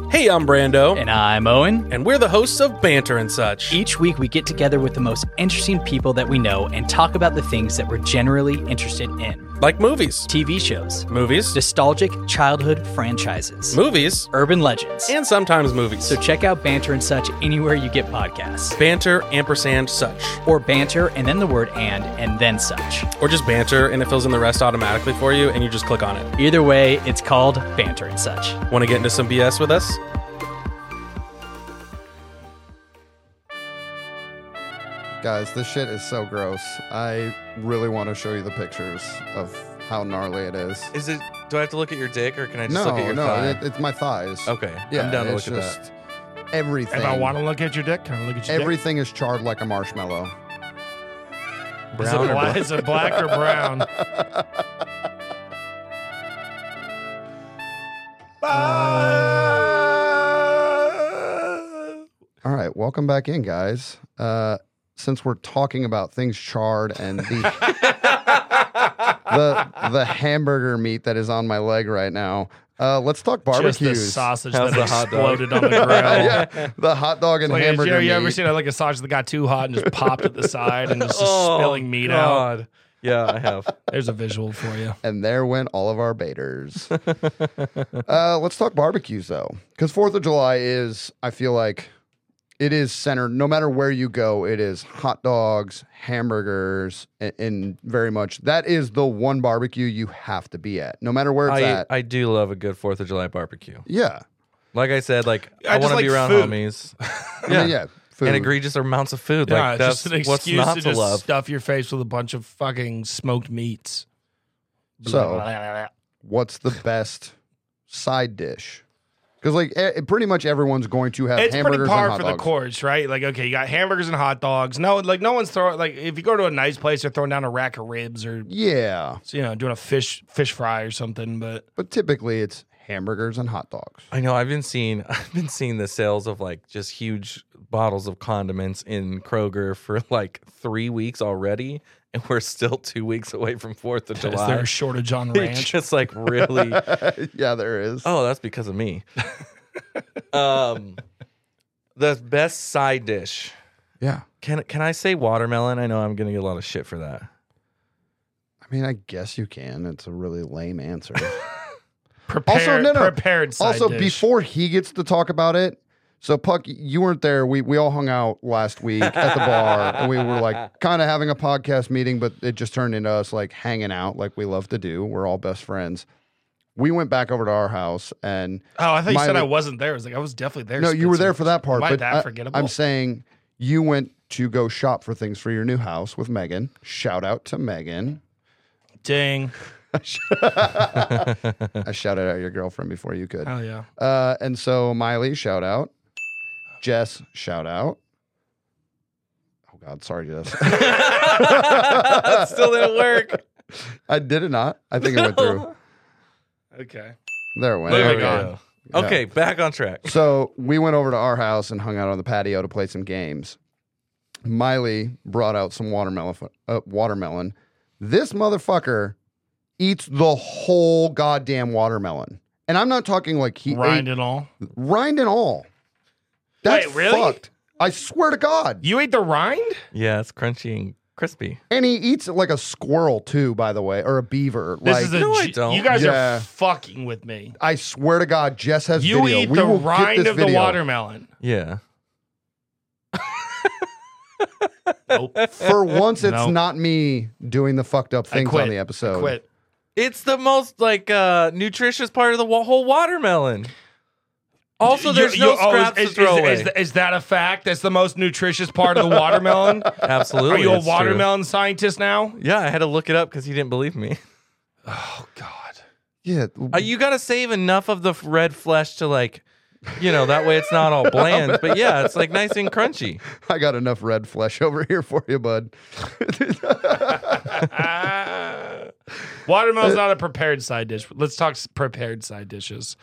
Speaker 2: Hey, I'm Brando,
Speaker 10: And I'm Owen.
Speaker 2: and we're the hosts of Banter and Such.
Speaker 10: Each week, we get together with the most interesting people that we know and talk about the things that we're generally interested in
Speaker 2: Like movies,
Speaker 10: TV shows,
Speaker 2: movies,
Speaker 10: nostalgic childhood franchises,
Speaker 2: movies,
Speaker 10: urban legends.
Speaker 2: and sometimes movies.
Speaker 10: So check out Banter and Such anywhere you get podcasts.
Speaker 2: banter, ampersand, such.
Speaker 10: Or Banter and then the word and and then such.
Speaker 2: Or just banter, and it fills in the rest automatically for you, and you just click on it.
Speaker 10: Either way, it's called Banter and Such.
Speaker 2: Want to get into some BS with us?
Speaker 5: Guys, this shit is so gross. I really want to show you the pictures of how gnarly it is.
Speaker 3: Is it? Do I have to look at your dick, or can I just
Speaker 5: no,
Speaker 3: look at your
Speaker 5: no,
Speaker 3: thigh?
Speaker 5: it- it's my thighs.
Speaker 3: okay,
Speaker 5: Yeah,
Speaker 3: I'm down to look
Speaker 5: it's
Speaker 3: at that.
Speaker 5: just everything.
Speaker 1: If I want to look at your dick, can I look at your
Speaker 5: everything is charred like a marshmallow.
Speaker 1: dick? Is it,
Speaker 3: Brown or
Speaker 1: bla-
Speaker 3: black?
Speaker 1: is it black or brown?
Speaker 5: All right, welcome back in, guys. Uh, since we're talking about things charred and the, the the hamburger meat that is on my leg right now, uh, let's talk
Speaker 1: Just the
Speaker 5: barbecues.
Speaker 1: sausage
Speaker 3: How's
Speaker 1: that
Speaker 3: the hot dog?
Speaker 1: exploded on the grill.
Speaker 5: yeah, the hot dog and
Speaker 1: Like, have
Speaker 5: hamburger
Speaker 1: you, you ever
Speaker 5: meat.
Speaker 1: seen a, like a sausage that got too hot and just popped at the side and just, just spilling meat out?
Speaker 3: Oh, God. Yeah, I have.
Speaker 1: There's a visual for you.
Speaker 5: And there went all of our baiters. uh, let's talk barbecues though, because Fourth of July is, I feel like, it is centered. No matter where you go, it is hot dogs, hamburgers, and, and very much that is the one barbecue you have to be at, no matter where it's
Speaker 3: I,
Speaker 5: at.
Speaker 3: I do love a good Fourth of July barbecue.
Speaker 5: yeah,
Speaker 3: Like I said, like
Speaker 1: I
Speaker 3: I,
Speaker 1: just
Speaker 3: want to
Speaker 1: like
Speaker 3: be around
Speaker 1: food.
Speaker 3: homies.
Speaker 5: I mean, yeah. Food.
Speaker 3: and egregious amounts of food.
Speaker 1: yeah, it's
Speaker 3: Like that's
Speaker 1: just an
Speaker 3: what's
Speaker 1: excuse
Speaker 3: not
Speaker 1: to
Speaker 3: to,
Speaker 1: just
Speaker 3: love.
Speaker 1: stuff your face with a bunch of fucking smoked meats.
Speaker 5: So, what's the best side dish? Because like e- pretty much everyone's going to have
Speaker 1: it's pretty
Speaker 5: hamburgers and
Speaker 1: par
Speaker 5: hot
Speaker 1: for the
Speaker 5: dogs.
Speaker 1: course, right? Like, okay, you got hamburgers and hot dogs. No, like no one's throwing like if you go to a nice place, they're throwing down a rack of ribs or
Speaker 5: yeah,
Speaker 1: you know doing a fish fish fry or something. But
Speaker 5: but typically it's hamburgers and hot dogs.
Speaker 3: I know. I've been seeing. I've been seeing the sales of like just huge bottles of condiments in Kroger for like three weeks already, and we're still two weeks away from Fourth of
Speaker 1: is
Speaker 3: July.
Speaker 1: there a shortage on
Speaker 3: It's
Speaker 1: ranch?
Speaker 3: just like really.
Speaker 5: yeah, there is.
Speaker 3: oh, that's because of me. um, the best side dish.
Speaker 5: Yeah.
Speaker 3: Can can I say watermelon? I know I'm gonna get a lot of shit for that.
Speaker 5: I mean, I guess you can. It's a really lame answer.
Speaker 1: Prepared,
Speaker 5: no, no.
Speaker 1: prepared. Side
Speaker 5: also,
Speaker 1: dish.
Speaker 5: before he gets to talk about it, so Puck, you weren't there. We we all hung out last week at the bar, and we were like kind of having a podcast meeting, but it just turned into us like hanging out, like we love to do. We're all best friends. We went back over to our house, and
Speaker 1: Oh, I thought you said
Speaker 5: Miley-
Speaker 1: I wasn't there. I was like, I was definitely there.
Speaker 5: no, you were
Speaker 1: Spencer.
Speaker 5: there for that part.
Speaker 1: Am I
Speaker 5: but
Speaker 1: that
Speaker 5: I,
Speaker 1: forgettable?
Speaker 5: I'm saying you went to go shop for things for your new house with Megan. Shout out to Megan.
Speaker 1: Ding.
Speaker 5: I shouted out your girlfriend before you could.
Speaker 1: Hell yeah.
Speaker 5: Uh, and so Miley, shout out. Jess, shout out. Oh God, sorry, Jess.
Speaker 3: That still didn't work.
Speaker 5: I did it not. I think it went through.
Speaker 1: Okay.
Speaker 5: There it went.
Speaker 3: There
Speaker 5: There
Speaker 3: we
Speaker 5: we
Speaker 1: go.
Speaker 3: go. Okay, back on track.
Speaker 5: So we went over to our house and hung out on the patio to play some games. Miley brought out some watermelon. Uh, watermelon. This motherfucker eats the whole goddamn watermelon, and I'm not talking like he
Speaker 1: Rind
Speaker 5: ate
Speaker 1: and all.
Speaker 5: rind and all. That's
Speaker 1: Wait, really?
Speaker 5: fucked. I swear to God.
Speaker 1: You ate the rind?
Speaker 3: Yeah, it's crunchy and crispy.
Speaker 5: And he eats it like a squirrel too, by the way, or a beaver.
Speaker 1: This
Speaker 5: like
Speaker 1: is a
Speaker 3: No, I
Speaker 1: G-
Speaker 3: don't.
Speaker 1: You guys
Speaker 5: Yeah.
Speaker 1: are fucking with me.
Speaker 5: I swear to God, Jess has
Speaker 1: You
Speaker 5: video.
Speaker 1: eat
Speaker 5: We
Speaker 1: the
Speaker 5: will get
Speaker 1: rind
Speaker 5: this
Speaker 1: of the
Speaker 5: video.
Speaker 1: watermelon.
Speaker 3: Yeah.
Speaker 1: Nope.
Speaker 5: For once, it's
Speaker 1: No.
Speaker 5: not me doing the fucked up
Speaker 1: I
Speaker 5: things
Speaker 1: quit.
Speaker 5: on the episode.
Speaker 1: I quit.
Speaker 3: It's the most like uh nutritious part of the wa- whole watermelon. Also, there's
Speaker 1: You-
Speaker 3: no
Speaker 1: you- oh, is-
Speaker 3: scraps
Speaker 1: is,
Speaker 3: to throw
Speaker 1: is-
Speaker 3: away.
Speaker 1: Is, is that a fact? That's the most nutritious part of the watermelon. Are
Speaker 3: Absolutely,
Speaker 1: you a
Speaker 3: it's true.
Speaker 1: watermelon scientist now?
Speaker 3: Yeah, I had to look it up because he didn't believe me.
Speaker 1: God.
Speaker 5: Yeah,
Speaker 3: Uh, you got to save enough of the f- red flesh to like, you know, that way it's not all bland. but yeah, it's like nice and crunchy.
Speaker 5: I got enough red flesh over here for you, bud.
Speaker 1: Ah. Watermelon's not a prepared side dish. Let's talk s- prepared side dishes.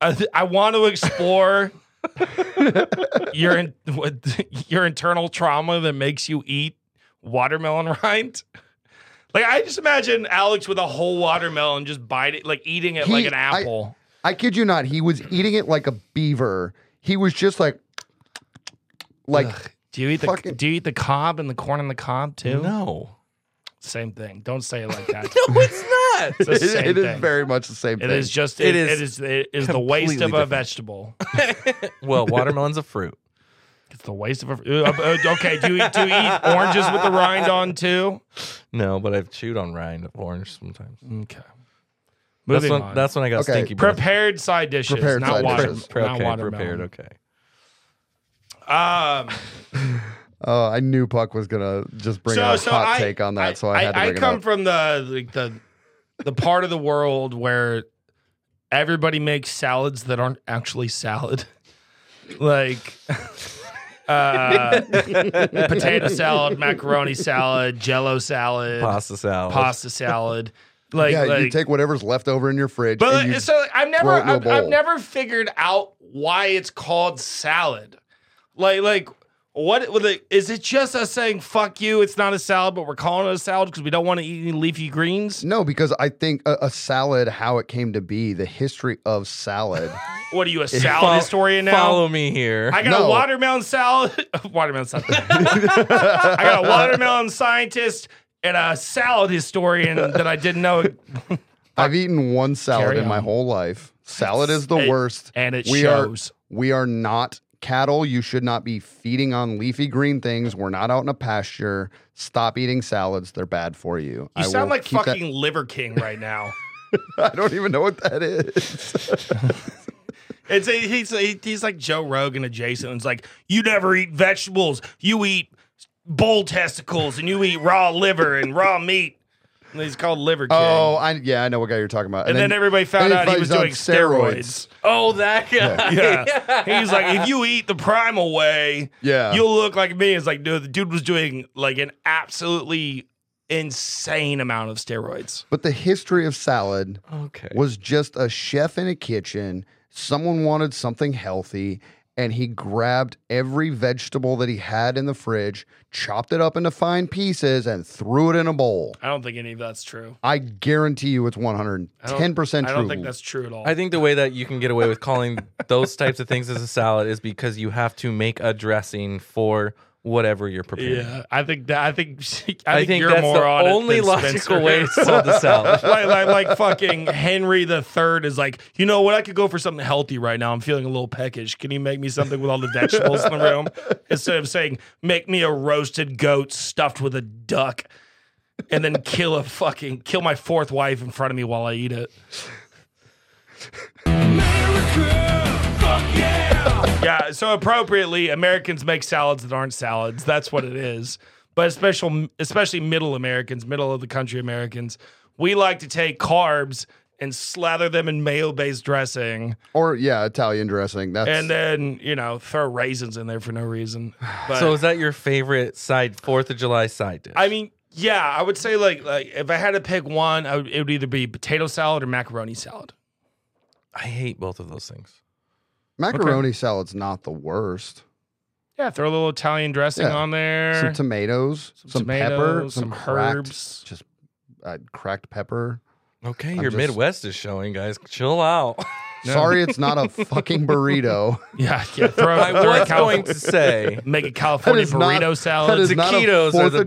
Speaker 1: I, th- I want to explore your in- what, your internal trauma that makes you eat watermelon rind. Like I just imagine Alex with a whole watermelon just biting, like eating it
Speaker 5: He-
Speaker 1: like an
Speaker 5: I-
Speaker 1: apple.
Speaker 5: I kid you not. He was eating it like a beaver. He was just like, like
Speaker 1: Ugh. do you eat the
Speaker 5: fucking-
Speaker 1: do you eat the cob and the corn and the cob too?
Speaker 3: No,
Speaker 1: Same thing. Don't say it like that.
Speaker 3: no, it's
Speaker 1: It's
Speaker 3: not.
Speaker 1: the
Speaker 5: it-
Speaker 1: same
Speaker 5: it is
Speaker 1: thing.
Speaker 5: very much the same
Speaker 1: It
Speaker 5: thing.
Speaker 1: is just it,
Speaker 3: It
Speaker 1: it
Speaker 3: is
Speaker 1: is it is the waste of
Speaker 3: completely
Speaker 1: a
Speaker 3: different.
Speaker 1: vegetable.
Speaker 3: well, watermelon's a fruit.
Speaker 1: It's the waste of a. uh, uh, okay, do you, do you eat oranges with the rind on too?
Speaker 3: No, but I've chewed on rind orange sometimes.
Speaker 1: Okay.
Speaker 3: That's
Speaker 1: Mm. Moving
Speaker 3: when,
Speaker 1: on.
Speaker 3: that's when I got
Speaker 5: Okay.
Speaker 3: stinky breath.
Speaker 1: prepared side dishes,
Speaker 5: Prepared
Speaker 1: not
Speaker 5: side
Speaker 1: water,
Speaker 5: dishes.
Speaker 3: Pre-
Speaker 1: not
Speaker 3: okay,
Speaker 1: watermelon.
Speaker 3: prepared. Okay.
Speaker 1: Um,
Speaker 5: Oh, I knew Puck was gonna just bring
Speaker 1: so
Speaker 5: out a
Speaker 1: so
Speaker 5: hot
Speaker 1: I
Speaker 5: take on that, so I, had to
Speaker 1: I
Speaker 5: bring it
Speaker 1: come
Speaker 5: up.
Speaker 1: from the like the the part of the world where everybody makes salads that aren't actually salad. Like uh, potato salad, macaroni salad, jello salad,
Speaker 3: Pasta salad.
Speaker 1: pasta salad. Like,
Speaker 5: yeah,
Speaker 1: like
Speaker 5: you take whatever's left over in your fridge.
Speaker 1: but
Speaker 5: and
Speaker 1: like,
Speaker 5: you,
Speaker 1: so like, I've never
Speaker 5: throw it in a
Speaker 1: I've, I've
Speaker 5: bowl.
Speaker 1: never figured out why it's called salad. Like like what like, is it just us saying fuck you? It's not a salad, but we're calling it a salad because we don't want to eat any leafy greens.
Speaker 5: no, because I think a, a salad, how it came to be, the history of salad.
Speaker 1: What are you a salad historian now?
Speaker 3: Follow me here.
Speaker 1: I got a
Speaker 5: No.
Speaker 1: watermelon salad. watermelon salad. I got a watermelon scientist and a salad historian that I didn't know,
Speaker 5: I've eaten one salad
Speaker 1: Carry
Speaker 5: in my
Speaker 1: on.
Speaker 5: whole life. Salad is the
Speaker 1: It-
Speaker 5: worst.
Speaker 1: and it
Speaker 5: we
Speaker 1: shows.
Speaker 5: are we are not cattle. You should not be feeding on leafy green things. We're not out in a pasture. Stop eating salads. They're bad for you.
Speaker 1: You sound
Speaker 5: will
Speaker 1: like
Speaker 5: keep that-
Speaker 1: fucking Liver King right now.
Speaker 5: I don't even know what that is.
Speaker 1: It's a, he's he- he's like Joe Rogan adjacent. It's like you never eat vegetables. You eat bull testicles and you eat raw liver and raw meat. And he's called Liver King.
Speaker 5: oh, I yeah, I know what guy you're talking about.
Speaker 1: and then, everybody found out he was
Speaker 5: everybody's on
Speaker 1: doing steroids.
Speaker 3: oh, that guy.
Speaker 1: Yeah. He's like, if you eat the primal way,
Speaker 5: Yeah.
Speaker 1: you'll look like me. It's like, dude, the dude was doing like an absolutely insane amount of steroids.
Speaker 5: But the history of salad
Speaker 3: Okay.
Speaker 5: was just a chef in a kitchen. Someone wanted something healthy, and he grabbed every vegetable that he had in the fridge, chopped it up into fine pieces, and threw it in a bowl.
Speaker 1: I don't think any of that's true.
Speaker 5: I guarantee you it's 110%
Speaker 1: I don't-
Speaker 5: true.
Speaker 1: I don't think that's true at all.
Speaker 3: I think the way that you can get away with calling those types of things as a salad is because you have to make a dressing for whatever you're preparing.
Speaker 1: yeah, I think that I think I think,
Speaker 3: I think
Speaker 1: you're
Speaker 3: that's
Speaker 1: more
Speaker 3: the
Speaker 1: on it
Speaker 3: only
Speaker 1: than
Speaker 3: logical
Speaker 1: Spencer.
Speaker 3: way to sell the salad.
Speaker 1: like, like, like fucking Henry the Third is like, you know what? I could go for something healthy right now. I'm feeling a little peckish. Can you make me something with all the vegetables in the room instead of saying, make me a roasted goat stuffed with a duck, and then kill a fucking kill my fourth wife in front of me while I eat it. Yeah, so appropriately, Americans make salads that aren't salads. That's what it is. But especially, especially middle Americans, middle of the country Americans, we like to take carbs and slather them in mayo-based dressing,
Speaker 5: Or, yeah, Italian dressing. That's
Speaker 1: and then you know throw raisins in there for no reason. But
Speaker 3: So is that your favorite side Fourth of July side dish?
Speaker 1: I mean, yeah, I would say like like if I had to pick one, I would, it would either be potato salad or macaroni salad.
Speaker 3: I hate both of those things.
Speaker 5: macaroni salad's not the worst.
Speaker 1: Yeah, throw a little Italian dressing
Speaker 5: Yeah.
Speaker 1: on there,
Speaker 5: Some tomatoes, some, pepper,
Speaker 1: tomatoes,
Speaker 5: some,
Speaker 1: some
Speaker 5: cracked,
Speaker 1: herbs.
Speaker 5: Just uh, cracked pepper.
Speaker 3: Okay,
Speaker 5: I'm
Speaker 3: your
Speaker 5: just-
Speaker 3: Midwest is showing, guys. Chill out.
Speaker 5: Sorry, it's not a fucking burrito.
Speaker 1: yeah, yeah, throw,
Speaker 3: I
Speaker 1: throw a
Speaker 3: was
Speaker 1: cow-
Speaker 3: going to say
Speaker 1: make a California burrito salad.
Speaker 5: That is not a
Speaker 3: Taquitos are
Speaker 5: Fourth
Speaker 3: the
Speaker 5: of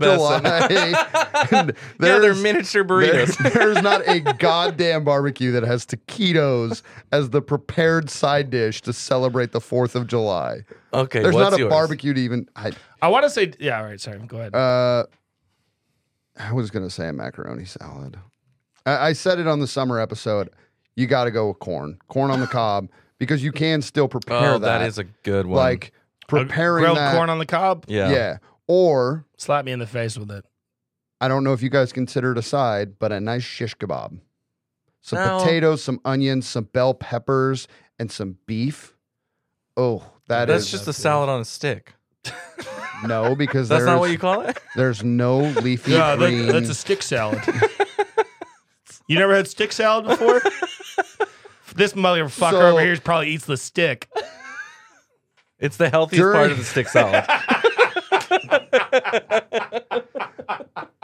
Speaker 5: July.
Speaker 3: best.
Speaker 5: And
Speaker 3: yeah, they're
Speaker 5: there's-
Speaker 3: miniature burritos.
Speaker 5: There's, there's not a goddamn barbecue that has taquitos as the prepared side dish to celebrate the Fourth of July.
Speaker 3: okay,
Speaker 5: There's
Speaker 3: what's
Speaker 5: not a
Speaker 3: yours?
Speaker 5: barbecue to even. I,
Speaker 1: I want to say, yeah, all right, sorry, go ahead.
Speaker 5: uh, I was gonna say a macaroni salad. I, I said it on the summer episode. You got to go with corn, corn on the cob, because you can still prepare
Speaker 3: Oh,
Speaker 5: that.
Speaker 3: that is a good one.
Speaker 5: like preparing
Speaker 1: grilled
Speaker 5: that,
Speaker 1: corn on the cob.
Speaker 5: yeah.
Speaker 3: yeah.
Speaker 5: Or
Speaker 1: Slap me in the face with it.
Speaker 5: I don't know if you guys consider it a side, but a nice shish kebab. Some
Speaker 3: No.
Speaker 5: potatoes, some onions, some bell peppers, and some beef. Oh, that
Speaker 3: that's
Speaker 5: is-
Speaker 3: just a salad on a stick.
Speaker 5: no, because
Speaker 3: That's
Speaker 5: there's,
Speaker 3: not what you call it.
Speaker 5: there's no leafy
Speaker 1: Yeah, that-
Speaker 5: green.
Speaker 1: that's a stick salad. you never had stick salad before? this motherfucker
Speaker 5: So-
Speaker 1: over here probably eats the stick.
Speaker 3: It's the healthiest
Speaker 5: During-
Speaker 3: part of the stick salad.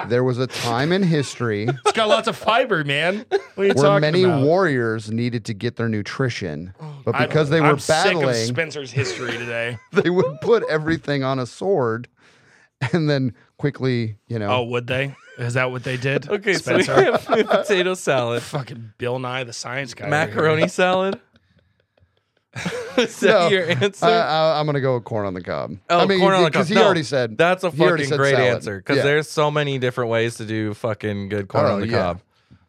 Speaker 5: there was a time in history
Speaker 1: It's got lots of fiber, man. What are you
Speaker 5: where
Speaker 1: talking
Speaker 5: many
Speaker 1: about?
Speaker 5: warriors needed to get their nutrition,
Speaker 3: Oh,
Speaker 5: but
Speaker 1: I-
Speaker 5: because they were
Speaker 1: I'm
Speaker 5: battling,
Speaker 1: Sick of Spencer's history today.
Speaker 5: they would put everything on a sword and then quickly, you know,
Speaker 1: oh, would they? Is that what they did?
Speaker 3: Okay,
Speaker 1: Spencer.
Speaker 3: so we have potato salad,
Speaker 1: Fucking Bill Nye, the science guy. over here.
Speaker 3: macaroni salad. Is that
Speaker 5: No, Uh,
Speaker 3: your answer?
Speaker 5: I, I, am gonna go with corn on the cob.
Speaker 3: Oh,
Speaker 5: I mean,
Speaker 3: corn on the cob.
Speaker 5: Because he
Speaker 3: No,
Speaker 5: already said
Speaker 3: That's a
Speaker 5: he already
Speaker 3: fucking
Speaker 5: said
Speaker 3: great
Speaker 5: salad.
Speaker 3: answer because
Speaker 5: Yeah.
Speaker 3: there's so many different ways to do fucking good corn
Speaker 5: Oh,
Speaker 3: on the
Speaker 5: yeah.
Speaker 3: cob.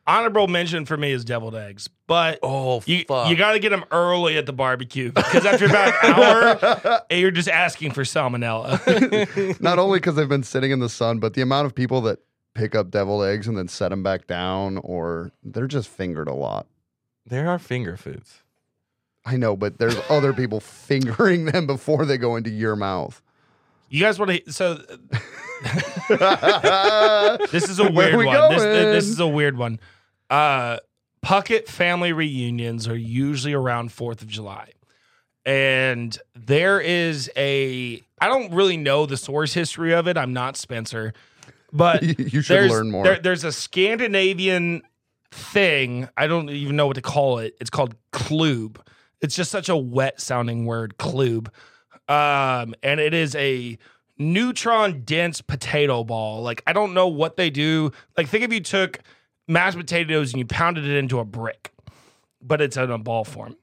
Speaker 1: Honorable mention for me is deviled eggs, but
Speaker 3: Oh,
Speaker 1: You,
Speaker 3: fuck.
Speaker 1: you got to get them early at the barbecue because after about an hour, eh, you're just asking for salmonella.
Speaker 5: not only because they've been sitting in the sun, but the amount of people that pick up deviled eggs and then set them back down, or they're just fingered a lot.
Speaker 3: There are finger foods.
Speaker 5: I know, but there's other people fingering them before they go into your mouth.
Speaker 1: You guys want to? So
Speaker 5: Where
Speaker 1: this is a weird
Speaker 5: we
Speaker 1: one. This,
Speaker 5: going?
Speaker 1: this is a weird one. Uh, Puckett family reunions are usually around Fourth of July, and there is a. I don't really know the source history of it. I'm not Spencer, but
Speaker 5: you should
Speaker 1: there's,
Speaker 5: learn more.
Speaker 1: there- there's a Scandinavian thing. I don't even know what to call it. It's called klub. It's just such a wet sounding word, klub. Um, and it is a neutron dense potato ball. Like I don't know what they do. Like think if you took mashed potatoes and you pounded it into a brick, but it's in a ball form.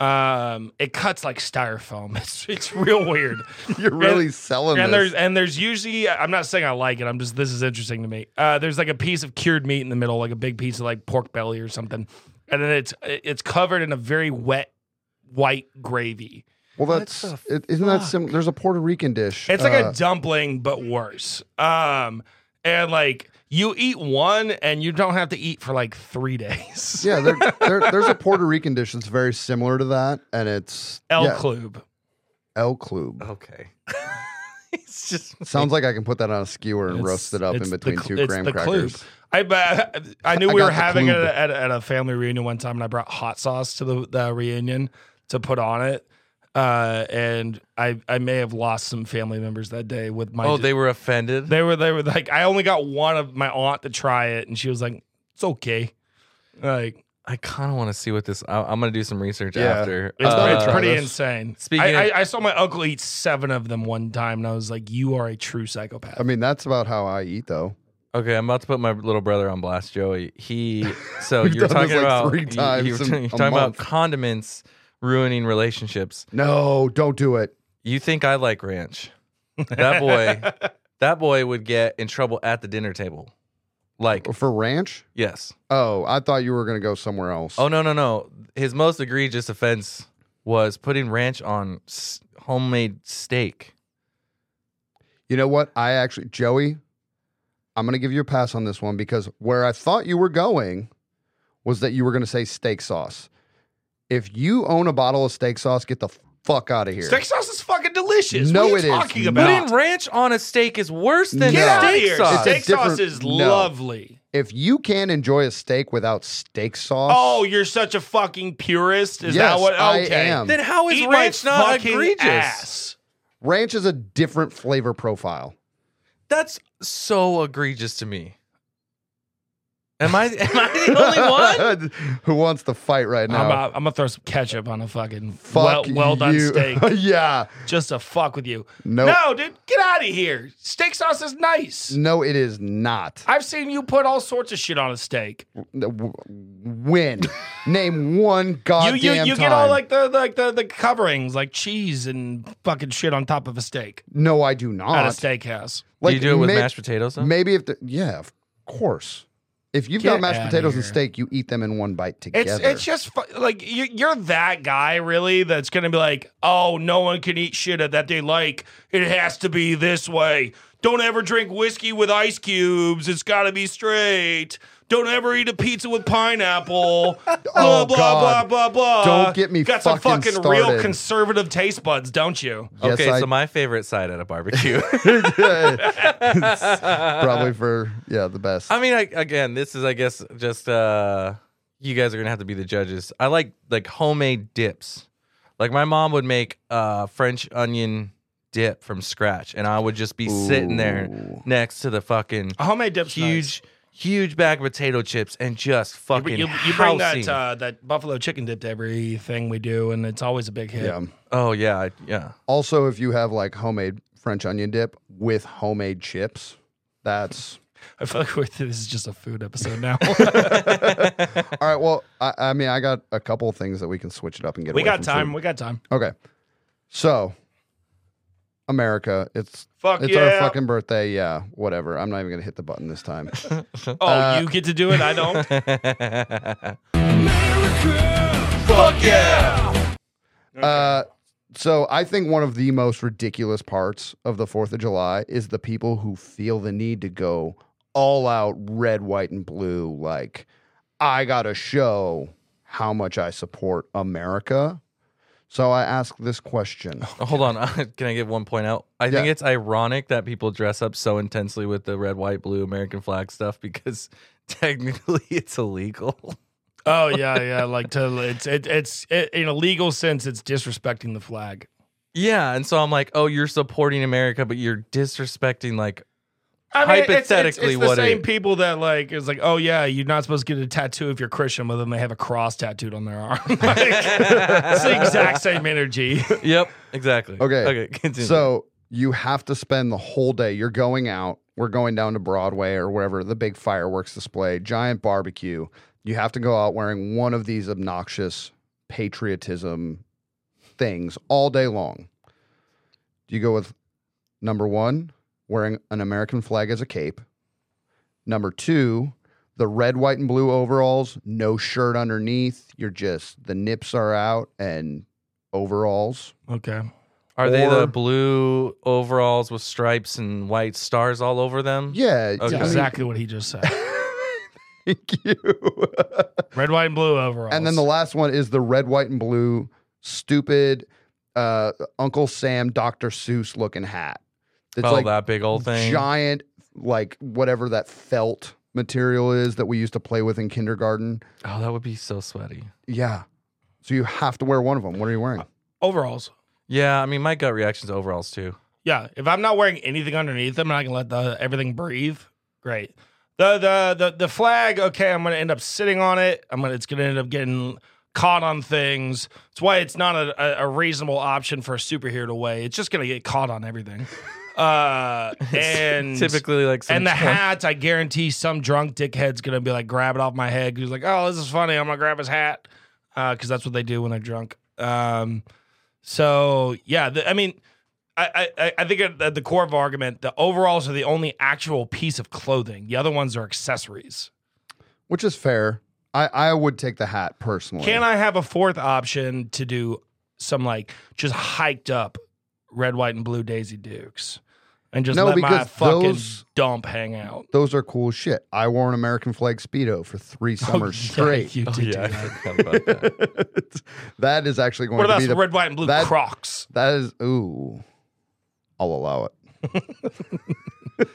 Speaker 1: Um, it cuts like styrofoam. It's it's real weird.
Speaker 5: You're really selling
Speaker 1: and
Speaker 5: this.
Speaker 1: there's and there's usually I'm not saying I like it. I'm just this is interesting to me. Uh, there's like a piece of cured meat in the middle, like a big piece of like pork belly or something, and then it's it's covered in a very wet white gravy.
Speaker 5: Well, that's it, isn't that sim- There's a Puerto Rican dish.
Speaker 1: It's like
Speaker 5: uh,
Speaker 1: a dumpling but worse. Um, and like you eat one and you don't have to eat for like three days.
Speaker 5: yeah. There, there, there's a Puerto Rican dish that's very similar to that, and it's
Speaker 1: El
Speaker 5: yeah,
Speaker 1: Club.
Speaker 5: El Club.
Speaker 3: Okay. it's just
Speaker 5: Sounds like I can put that on a skewer and
Speaker 1: It's-
Speaker 5: roast it up in
Speaker 1: it's the
Speaker 5: between
Speaker 1: cl-
Speaker 5: two
Speaker 1: it's
Speaker 5: graham
Speaker 1: the club.
Speaker 5: crackers.
Speaker 1: I but I knew
Speaker 5: I
Speaker 1: we
Speaker 5: got
Speaker 1: were
Speaker 5: the
Speaker 1: having it
Speaker 5: club.
Speaker 1: at, at a family reunion one time, and I brought hot sauce to the, the reunion to put on it. Uh, and I I may have lost some family members that day with my.
Speaker 3: oh, they were offended.
Speaker 1: they were they were like I only got one of my aunt to try it, and she was like, "It's okay." Like
Speaker 3: I kind of want to see what this. I, I'm gonna do some research
Speaker 5: Yeah.
Speaker 3: after.
Speaker 1: It's,
Speaker 5: Uh,
Speaker 1: it's
Speaker 5: try
Speaker 1: pretty
Speaker 5: this.
Speaker 1: insane.
Speaker 3: Speaking
Speaker 1: I,
Speaker 3: of-
Speaker 1: I, I saw my uncle eat seven of them one time, and I was like, "You are a true psychopath."
Speaker 5: I mean, that's about how I eat, though.
Speaker 3: Okay, I'm about to put my little brother on blast, Joey. He so
Speaker 5: We've
Speaker 3: you're
Speaker 5: done
Speaker 3: talking
Speaker 5: this, like,
Speaker 3: about
Speaker 5: three
Speaker 3: you- you
Speaker 5: times
Speaker 3: were
Speaker 5: in
Speaker 3: talking-
Speaker 5: a
Speaker 3: you're talking about
Speaker 5: month.
Speaker 3: condiments ruining relationships.
Speaker 5: No, don't do it.
Speaker 3: You think I like ranch? That boy, that boy would get in trouble at the dinner table. Like
Speaker 5: For ranch?
Speaker 3: yes.
Speaker 5: Oh, I thought you were gonna go somewhere else.
Speaker 3: Oh no no no! His most egregious offense was putting ranch on s- homemade steak.
Speaker 5: You know what? I actually, Joey, I'm gonna give you a pass on this one because where I thought you were going was that you were gonna say steak sauce. If you own a bottle of steak sauce, get the fuck out of here.
Speaker 1: steak sauce is fucking delicious.
Speaker 5: No,
Speaker 1: what are
Speaker 5: it
Speaker 1: you
Speaker 5: is
Speaker 1: talking
Speaker 5: not.
Speaker 1: about?
Speaker 3: Putting ranch on a steak is worse
Speaker 5: Get
Speaker 3: than
Speaker 1: Get
Speaker 5: No.
Speaker 1: out of
Speaker 3: steak
Speaker 1: here.
Speaker 3: sauce.
Speaker 1: Steak
Speaker 5: It's a
Speaker 1: sauce
Speaker 5: different-
Speaker 1: is
Speaker 5: no.
Speaker 1: lovely.
Speaker 5: if you can't enjoy a steak without steak sauce,
Speaker 1: Oh, you're such a fucking purist. Is that
Speaker 5: Yes,
Speaker 1: what?
Speaker 5: I
Speaker 1: Okay.
Speaker 5: am.
Speaker 3: Then how is
Speaker 1: Eat my
Speaker 3: ranch not
Speaker 1: fucking
Speaker 3: egregious?
Speaker 1: ass.
Speaker 5: ranch is a different flavor profile.
Speaker 3: That's so egregious to me. Am I am I the only one?
Speaker 5: Who wants to fight right now?
Speaker 1: I'm, uh, I'm gonna throw some ketchup on a fucking
Speaker 5: Fuck
Speaker 1: well, well done
Speaker 5: you.
Speaker 1: steak
Speaker 5: yeah.
Speaker 1: just to fuck with you.
Speaker 5: No,
Speaker 1: No, dude, get out of here. Steak sauce is nice.
Speaker 5: no, it is not.
Speaker 1: I've seen you put all sorts of shit on a steak.
Speaker 5: No, w- When? Name one
Speaker 1: you
Speaker 5: goddamn
Speaker 1: you, you
Speaker 5: time.
Speaker 1: get all like the like the, the coverings like cheese and fucking shit on top of a steak
Speaker 5: No, I do
Speaker 1: at a
Speaker 5: not.
Speaker 1: steakhouse.
Speaker 5: Like,
Speaker 3: do you do it with
Speaker 5: may-
Speaker 3: mashed potatoes? Though?
Speaker 5: Maybe if the, yeah, of course. If you've
Speaker 1: Get
Speaker 5: got mashed
Speaker 1: outta
Speaker 5: potatoes and
Speaker 1: here.
Speaker 5: steak, you eat them in one bite together.
Speaker 1: It's it's just fu- like you, you're that guy really that's gonna be like, oh, no one can eat shit that they like. It has to be this way. Don't ever drink whiskey with ice cubes. It's got to be straight. Don't ever eat a pizza with pineapple. blah
Speaker 5: Oh,
Speaker 1: blah
Speaker 5: God.
Speaker 1: blah blah blah.
Speaker 5: Don't get me
Speaker 1: Got some
Speaker 5: fucking
Speaker 1: fucking real
Speaker 5: started.
Speaker 1: conservative taste buds, don't you?
Speaker 5: Yes,
Speaker 3: okay,
Speaker 5: I-
Speaker 3: so my favorite side at a barbecue.
Speaker 5: probably for yeah the best.
Speaker 3: I mean, I, again, this is, I guess, just uh, you guys are gonna have to be the judges. I like like homemade dips. Like my mom would make uh, French onion dip from scratch, and I would just be sitting there next to the fucking
Speaker 1: A homemade dip's
Speaker 3: huge, huge bag of potato chips and just
Speaker 1: nice.
Speaker 3: fucking
Speaker 1: You, you, you bring that
Speaker 3: housing.
Speaker 1: uh, that buffalo chicken dip to everything we do, and it's always a big hit.
Speaker 5: yeah.
Speaker 3: oh yeah, I- yeah.
Speaker 5: Also, if you have like homemade French onion dip with homemade chips, that's
Speaker 1: I feel like we're, this is just a food episode now.
Speaker 5: all right. Well, I, I mean, I got a couple of things that we can switch it up and get.
Speaker 1: we
Speaker 5: away
Speaker 1: got
Speaker 5: from
Speaker 1: time.
Speaker 5: food.
Speaker 1: We got time.
Speaker 5: Okay, so America, it's
Speaker 1: Fuck
Speaker 5: it's
Speaker 1: yeah.
Speaker 5: our fucking birthday. Yeah, whatever. I'm not even gonna hit the button this time.
Speaker 1: oh, you get to do it. I don't.
Speaker 5: Uh, so I think one of the most ridiculous parts of the Fourth of July is the people who feel the need to go all out red, white, and blue. Like, I got to show how much I support America. So I ask this question.
Speaker 3: Oh, Hold on. Can I give one point out? I think
Speaker 5: Yeah.
Speaker 3: it's ironic that people dress up so intensely with the red, white, blue American flag stuff because technically it's illegal.
Speaker 1: Oh yeah, yeah. Like to it's it, it's it, in a legal sense, it's disrespecting the flag.
Speaker 3: Yeah. And so I'm like, oh, you're supporting America, but you're disrespecting, like,
Speaker 1: I mean, it's- it's-
Speaker 3: Hypothetically,
Speaker 1: it's,
Speaker 3: what
Speaker 1: the same
Speaker 3: it-
Speaker 1: people that like is like, oh yeah, you're not supposed to get a tattoo if you're Christian, but then they have a cross tattooed on their arm. Like, it's the exact same energy.
Speaker 3: yep, exactly.
Speaker 5: Okay.
Speaker 3: Okay. Continue.
Speaker 5: So you have to spend the whole day. You're going out. We're going down to Broadway or wherever the big fireworks display, giant barbecue. You have to go out wearing one of these obnoxious patriotism things all day long. Do you go with number one, wearing an American flag as a cape? Number two, the red, white, and blue overalls, no shirt underneath. You're just, the nips are out and overalls.
Speaker 1: Okay.
Speaker 3: Are they the
Speaker 5: Or-
Speaker 3: blue overalls with stripes and white stars all over them?
Speaker 5: Yeah,
Speaker 3: Okay.
Speaker 5: I mean-
Speaker 1: Exactly what he just said.
Speaker 5: Thank you.
Speaker 1: Red, white, and blue overalls.
Speaker 5: and then the last one is the red, white, and blue stupid uh, Uncle Sam, Dr. Seuss looking hat. It's
Speaker 3: oh,
Speaker 5: like
Speaker 3: that big old thing.
Speaker 5: giant, like whatever that felt material is that we used to play with in kindergarten.
Speaker 3: oh, that would be so sweaty.
Speaker 5: Yeah. So you have to wear one of them. What are you wearing?
Speaker 1: Uh, overalls.
Speaker 3: Yeah, I mean, my gut reaction's overalls too.
Speaker 1: Yeah, if I'm not wearing anything underneath them and I can let the everything breathe, great. The the the the flag, okay, I'm gonna end up sitting on it. I'm gonna it's gonna end up getting caught on things. It's why it's not a, a, a reasonable option for a superhero to weigh. It's just gonna get caught on everything. Uh and
Speaker 3: Typically, like some
Speaker 1: and the
Speaker 3: drunk-
Speaker 1: hats, I guarantee some drunk dickhead's gonna be like, grab it off my head. He's like, oh, this is funny. I'm gonna grab his hat because that's what they do when they're drunk. Um, so yeah, the, I mean, I, I I think at the- the core of our argument, the overalls are the only actual piece of clothing. The other ones are accessories.
Speaker 5: Which is fair. I, I would take the hat personally.
Speaker 1: Can I have a fourth option to do some like just hiked up red, white, and blue Daisy Dukes? And just
Speaker 5: No,
Speaker 1: let my
Speaker 5: because
Speaker 1: fucking
Speaker 5: those-
Speaker 1: dump hang out.
Speaker 5: Those are cool shit. I wore an American flag Speedo for three summers
Speaker 1: Yeah,
Speaker 5: straight.
Speaker 1: Oh, you
Speaker 3: Oh,
Speaker 1: did do
Speaker 3: yeah, I
Speaker 1: that.
Speaker 3: forgot about that.
Speaker 5: that is actually going
Speaker 1: What
Speaker 5: to
Speaker 1: about
Speaker 5: be the
Speaker 1: some red, white, and blue
Speaker 5: that-
Speaker 1: Crocs?
Speaker 5: That is ooh. I'll allow it.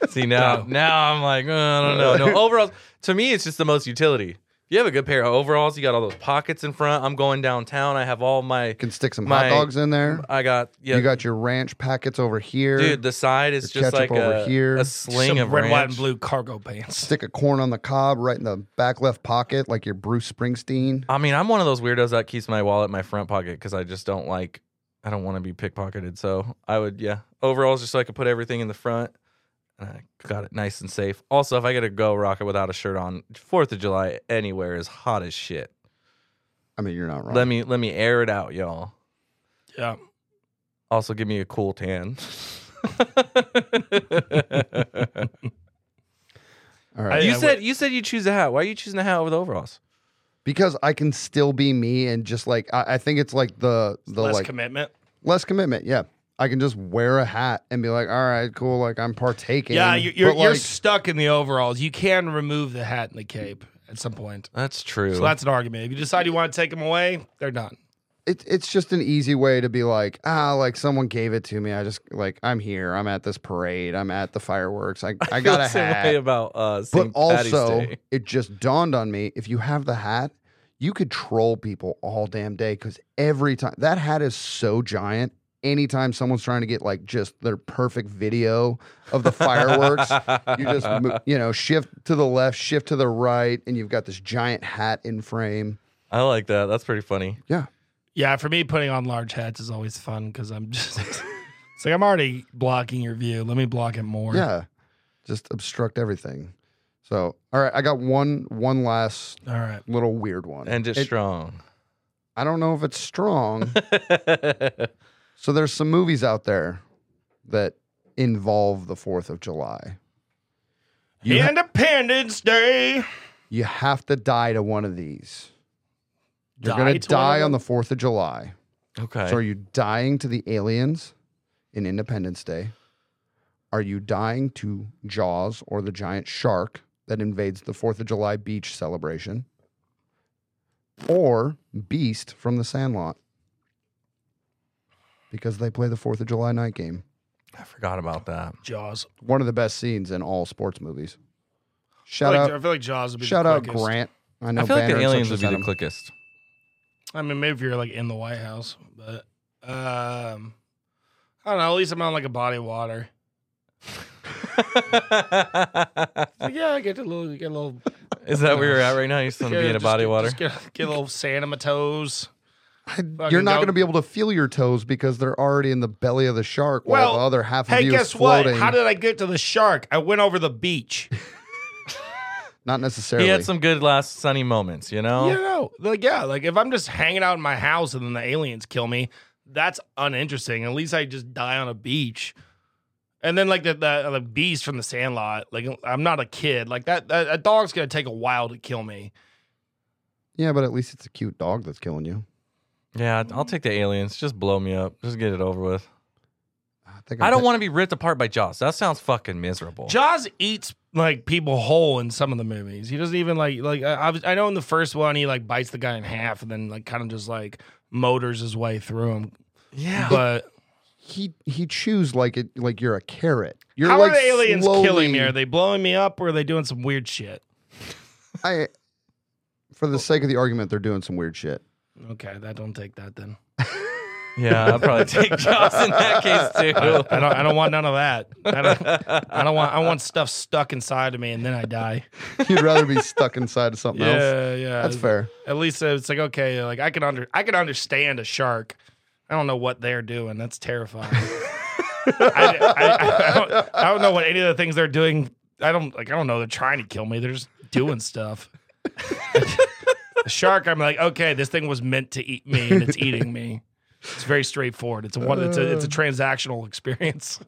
Speaker 3: See now, now I'm like, uh, I don't know. No overalls. To me, it's just the most utility. You have a good pair of overalls. You got all those pockets in front. I'm going downtown. I have all my.
Speaker 5: Can stick some
Speaker 3: My-
Speaker 5: hot dogs in there.
Speaker 3: I got yeah.
Speaker 5: You got your ranch packets over here.
Speaker 3: dude. The side is
Speaker 5: your
Speaker 3: just like
Speaker 5: ketchup over
Speaker 3: a,
Speaker 5: here.
Speaker 3: a sling
Speaker 1: some
Speaker 3: of
Speaker 1: red, white,
Speaker 3: ranch.
Speaker 1: and blue cargo pants.
Speaker 5: Stick a corn on the cob right in the back left pocket, like your Bruce Springsteen.
Speaker 3: I mean, I'm one of those weirdos that keeps my wallet in my front pocket because I just don't like, I don't want to be pickpocketed. So I would, yeah, overalls just so I could put everything in the front. And I got it nice and safe. Also, if I got to go rock it without a shirt on, Fourth of July anywhere is hot as shit.
Speaker 5: I mean, you're not wrong.
Speaker 3: Let me let me air it out, y'all.
Speaker 1: Yeah.
Speaker 3: Also, give me a cool tan.
Speaker 5: All right.
Speaker 3: you
Speaker 1: I
Speaker 3: said you said you choose a hat. Why are you choosing a hat over the overalls?
Speaker 5: because I can still be me and just like I, I think it's like the the
Speaker 1: Less
Speaker 5: like
Speaker 1: commitment.
Speaker 5: less commitment. Yeah. I can just wear a hat and be like, all right, cool. Like I'm partaking.
Speaker 1: Yeah, you- you're,
Speaker 5: But,
Speaker 1: you're
Speaker 5: like,
Speaker 1: stuck in the overalls. You can remove the hat and the cape at some point.
Speaker 3: That's true.
Speaker 1: So that's an argument. If you decide you want to take them away, they're done.
Speaker 5: it, it's just an easy way to be like, ah, like someone gave it to me. I just like I'm here. I'm at this parade. I'm at the fireworks. I, I, got
Speaker 3: feel
Speaker 5: a
Speaker 3: the same
Speaker 5: hat.
Speaker 3: way about uh,
Speaker 5: but
Speaker 3: St. Patty's
Speaker 5: also
Speaker 3: Day.
Speaker 5: it just dawned on me if you have the hat you could troll people all damn day because every time that hat is so giant anytime someone's trying to get like just their perfect video of the fireworks you just mo- you know shift to the left shift to the right and you've got this giant hat in frame
Speaker 3: I like that. That's pretty funny.
Speaker 1: Yeah, for me, putting on large hats is always fun because I'm just. it's like I'm already blocking your view. Let me block it more.
Speaker 5: yeah just obstruct everything so all right i got one one last
Speaker 1: All right.
Speaker 5: little weird one
Speaker 3: And it's strong.
Speaker 5: i don't know if it's strong So there's some movies out there that involve the 4th of July. You, ha-
Speaker 1: Independence Day.
Speaker 5: you have to die to one of these. You're
Speaker 1: Die
Speaker 5: going to
Speaker 1: to one of
Speaker 5: die on
Speaker 1: them?
Speaker 5: the 4th of July.
Speaker 3: okay.
Speaker 5: So are you dying to the aliens in Independence Day? Are you dying to Jaws or the giant shark that invades the 4th of July beach celebration? Or Beast from the Sandlot? Because they play the 4th of July night game.
Speaker 3: I forgot about that.
Speaker 11: Jaws.
Speaker 5: One of the best scenes in all sports movies.
Speaker 11: I
Speaker 5: Shout
Speaker 11: feel,
Speaker 5: out,
Speaker 11: like, I feel like Jaws would be
Speaker 5: shout
Speaker 11: the
Speaker 5: out
Speaker 11: quickest.
Speaker 5: Grant. I know
Speaker 3: I feel like the
Speaker 5: Banner and
Speaker 3: aliens
Speaker 5: such
Speaker 3: would
Speaker 5: is
Speaker 3: be
Speaker 5: at
Speaker 3: the
Speaker 5: him.
Speaker 3: quickest.
Speaker 11: I mean, maybe if you're like in the White House, but um, I don't know. At least I'm on like a body of water. Like, yeah, I get a little, get a little,
Speaker 3: Is that where you're at right now? You still
Speaker 11: get,
Speaker 3: be in a
Speaker 11: just
Speaker 3: body
Speaker 11: get-
Speaker 3: of water?
Speaker 11: just Get, get a little sand on my toes.
Speaker 5: You're
Speaker 11: Fucking
Speaker 5: not
Speaker 11: go-
Speaker 5: going to be able to feel your toes because they're already in the belly of the shark while
Speaker 1: Well,
Speaker 5: the other half of
Speaker 1: Hey,
Speaker 5: you
Speaker 1: guess
Speaker 5: is floating.
Speaker 1: what? How did I get to the shark? I went over the beach.
Speaker 5: not
Speaker 3: He
Speaker 5: necessarily.
Speaker 3: had some good last sunny moments, you know?
Speaker 1: You know, like yeah, like if I'm just hanging out in my house and then the aliens kill me, that's uninteresting. At least I just die on a beach. And then like the the, the beast from the Sandlot, like I'm not a kid. Like that, that a dog's gonna take a while to kill me.
Speaker 5: yeah, but at least it's a cute dog that's killing you.
Speaker 3: Yeah, I'll take the aliens. Just blow me up. Just get it over with.
Speaker 5: I, think
Speaker 3: I don't
Speaker 5: pick-
Speaker 3: want to be ripped apart by Jaws. That sounds fucking miserable.
Speaker 1: Jaws eats like people whole in some of the movies. He doesn't even like like I, I was I know in the first one he like bites the guy in half and then like kind of just like motors his way through him.
Speaker 3: yeah.
Speaker 1: But
Speaker 5: He he chews like it like you're a carrot. You're
Speaker 1: how
Speaker 5: like
Speaker 1: are the aliens
Speaker 5: slowly,
Speaker 1: killing me? Are they blowing me up or are they doing some weird shit?
Speaker 5: I, for the sake of the argument, they're doing some weird shit.
Speaker 1: Okay, I don't take that then.
Speaker 3: Yeah, I'll probably take Jaws in that case too.
Speaker 1: I don't. I don't want none of that. I don't, I don't want. I want stuff stuck inside of me, and then I die.
Speaker 5: You'd rather be stuck inside of something else.
Speaker 1: Yeah, yeah.
Speaker 5: That's fair.
Speaker 1: At least it's like okay, like I can under. I can understand a shark. I don't know what they're doing. That's terrifying. I, I, I, don't, I don't know what any of the things they're doing. I don't like. I don't know. They're trying to kill me. They're just doing stuff. a shark. I'm like, okay, this thing was meant to eat me, and it's eating me. It's very straightforward. It's a one. It's a. It's a transactional experience.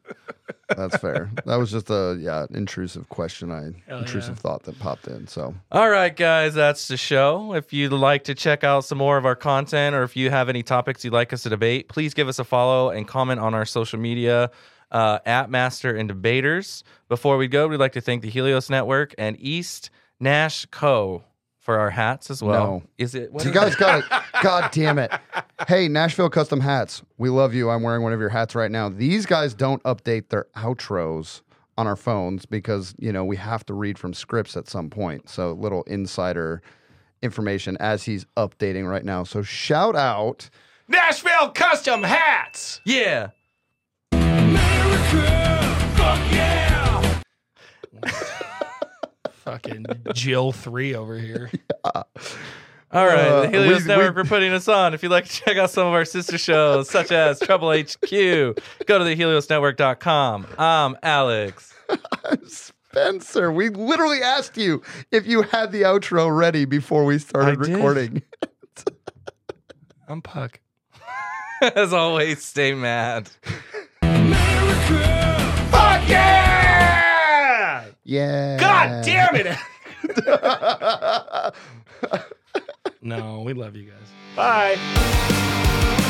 Speaker 5: That's fair. That was just a yeah intrusive question. I
Speaker 1: Hell
Speaker 5: intrusive thought that popped in. So
Speaker 3: All right, guys, that's the show. If you'd like to check out some more of our content or if you have any topics you'd like us to debate, please give us a follow and comment on our social media uh, at Master and Debaters. Before we go, we'd like to thank the Helios Network and East Nash Co. for our hats as well.
Speaker 5: No.
Speaker 3: Is it? what
Speaker 5: You
Speaker 3: is
Speaker 5: guys got it. God damn it. Hey, Nashville Custom Hats. We love you. I'm wearing one of your hats right now. These guys don't update their outros on our phones because, you know, we have to read from scripts at some point. So, little insider information as he's updating right now. So, shout out.
Speaker 1: Nashville custom hats.
Speaker 3: it? Yeah.
Speaker 1: Fucking Jill three over here.
Speaker 3: All right,
Speaker 5: Uh,
Speaker 3: the Helios
Speaker 5: we-
Speaker 3: Network
Speaker 5: we-
Speaker 3: for putting us on. If you'd like to check out some of our sister shows, such as Trouble HQ, go to theheliosnetwork.com. I'm Alex.
Speaker 5: Spencer, we literally asked you if you had the outro ready before we started
Speaker 3: I did.
Speaker 5: recording.
Speaker 1: I'm Puck.
Speaker 3: As always, stay mad.
Speaker 1: Fuck yeah!
Speaker 5: Yeah.
Speaker 1: God damn it! no, we love you guys. Bye.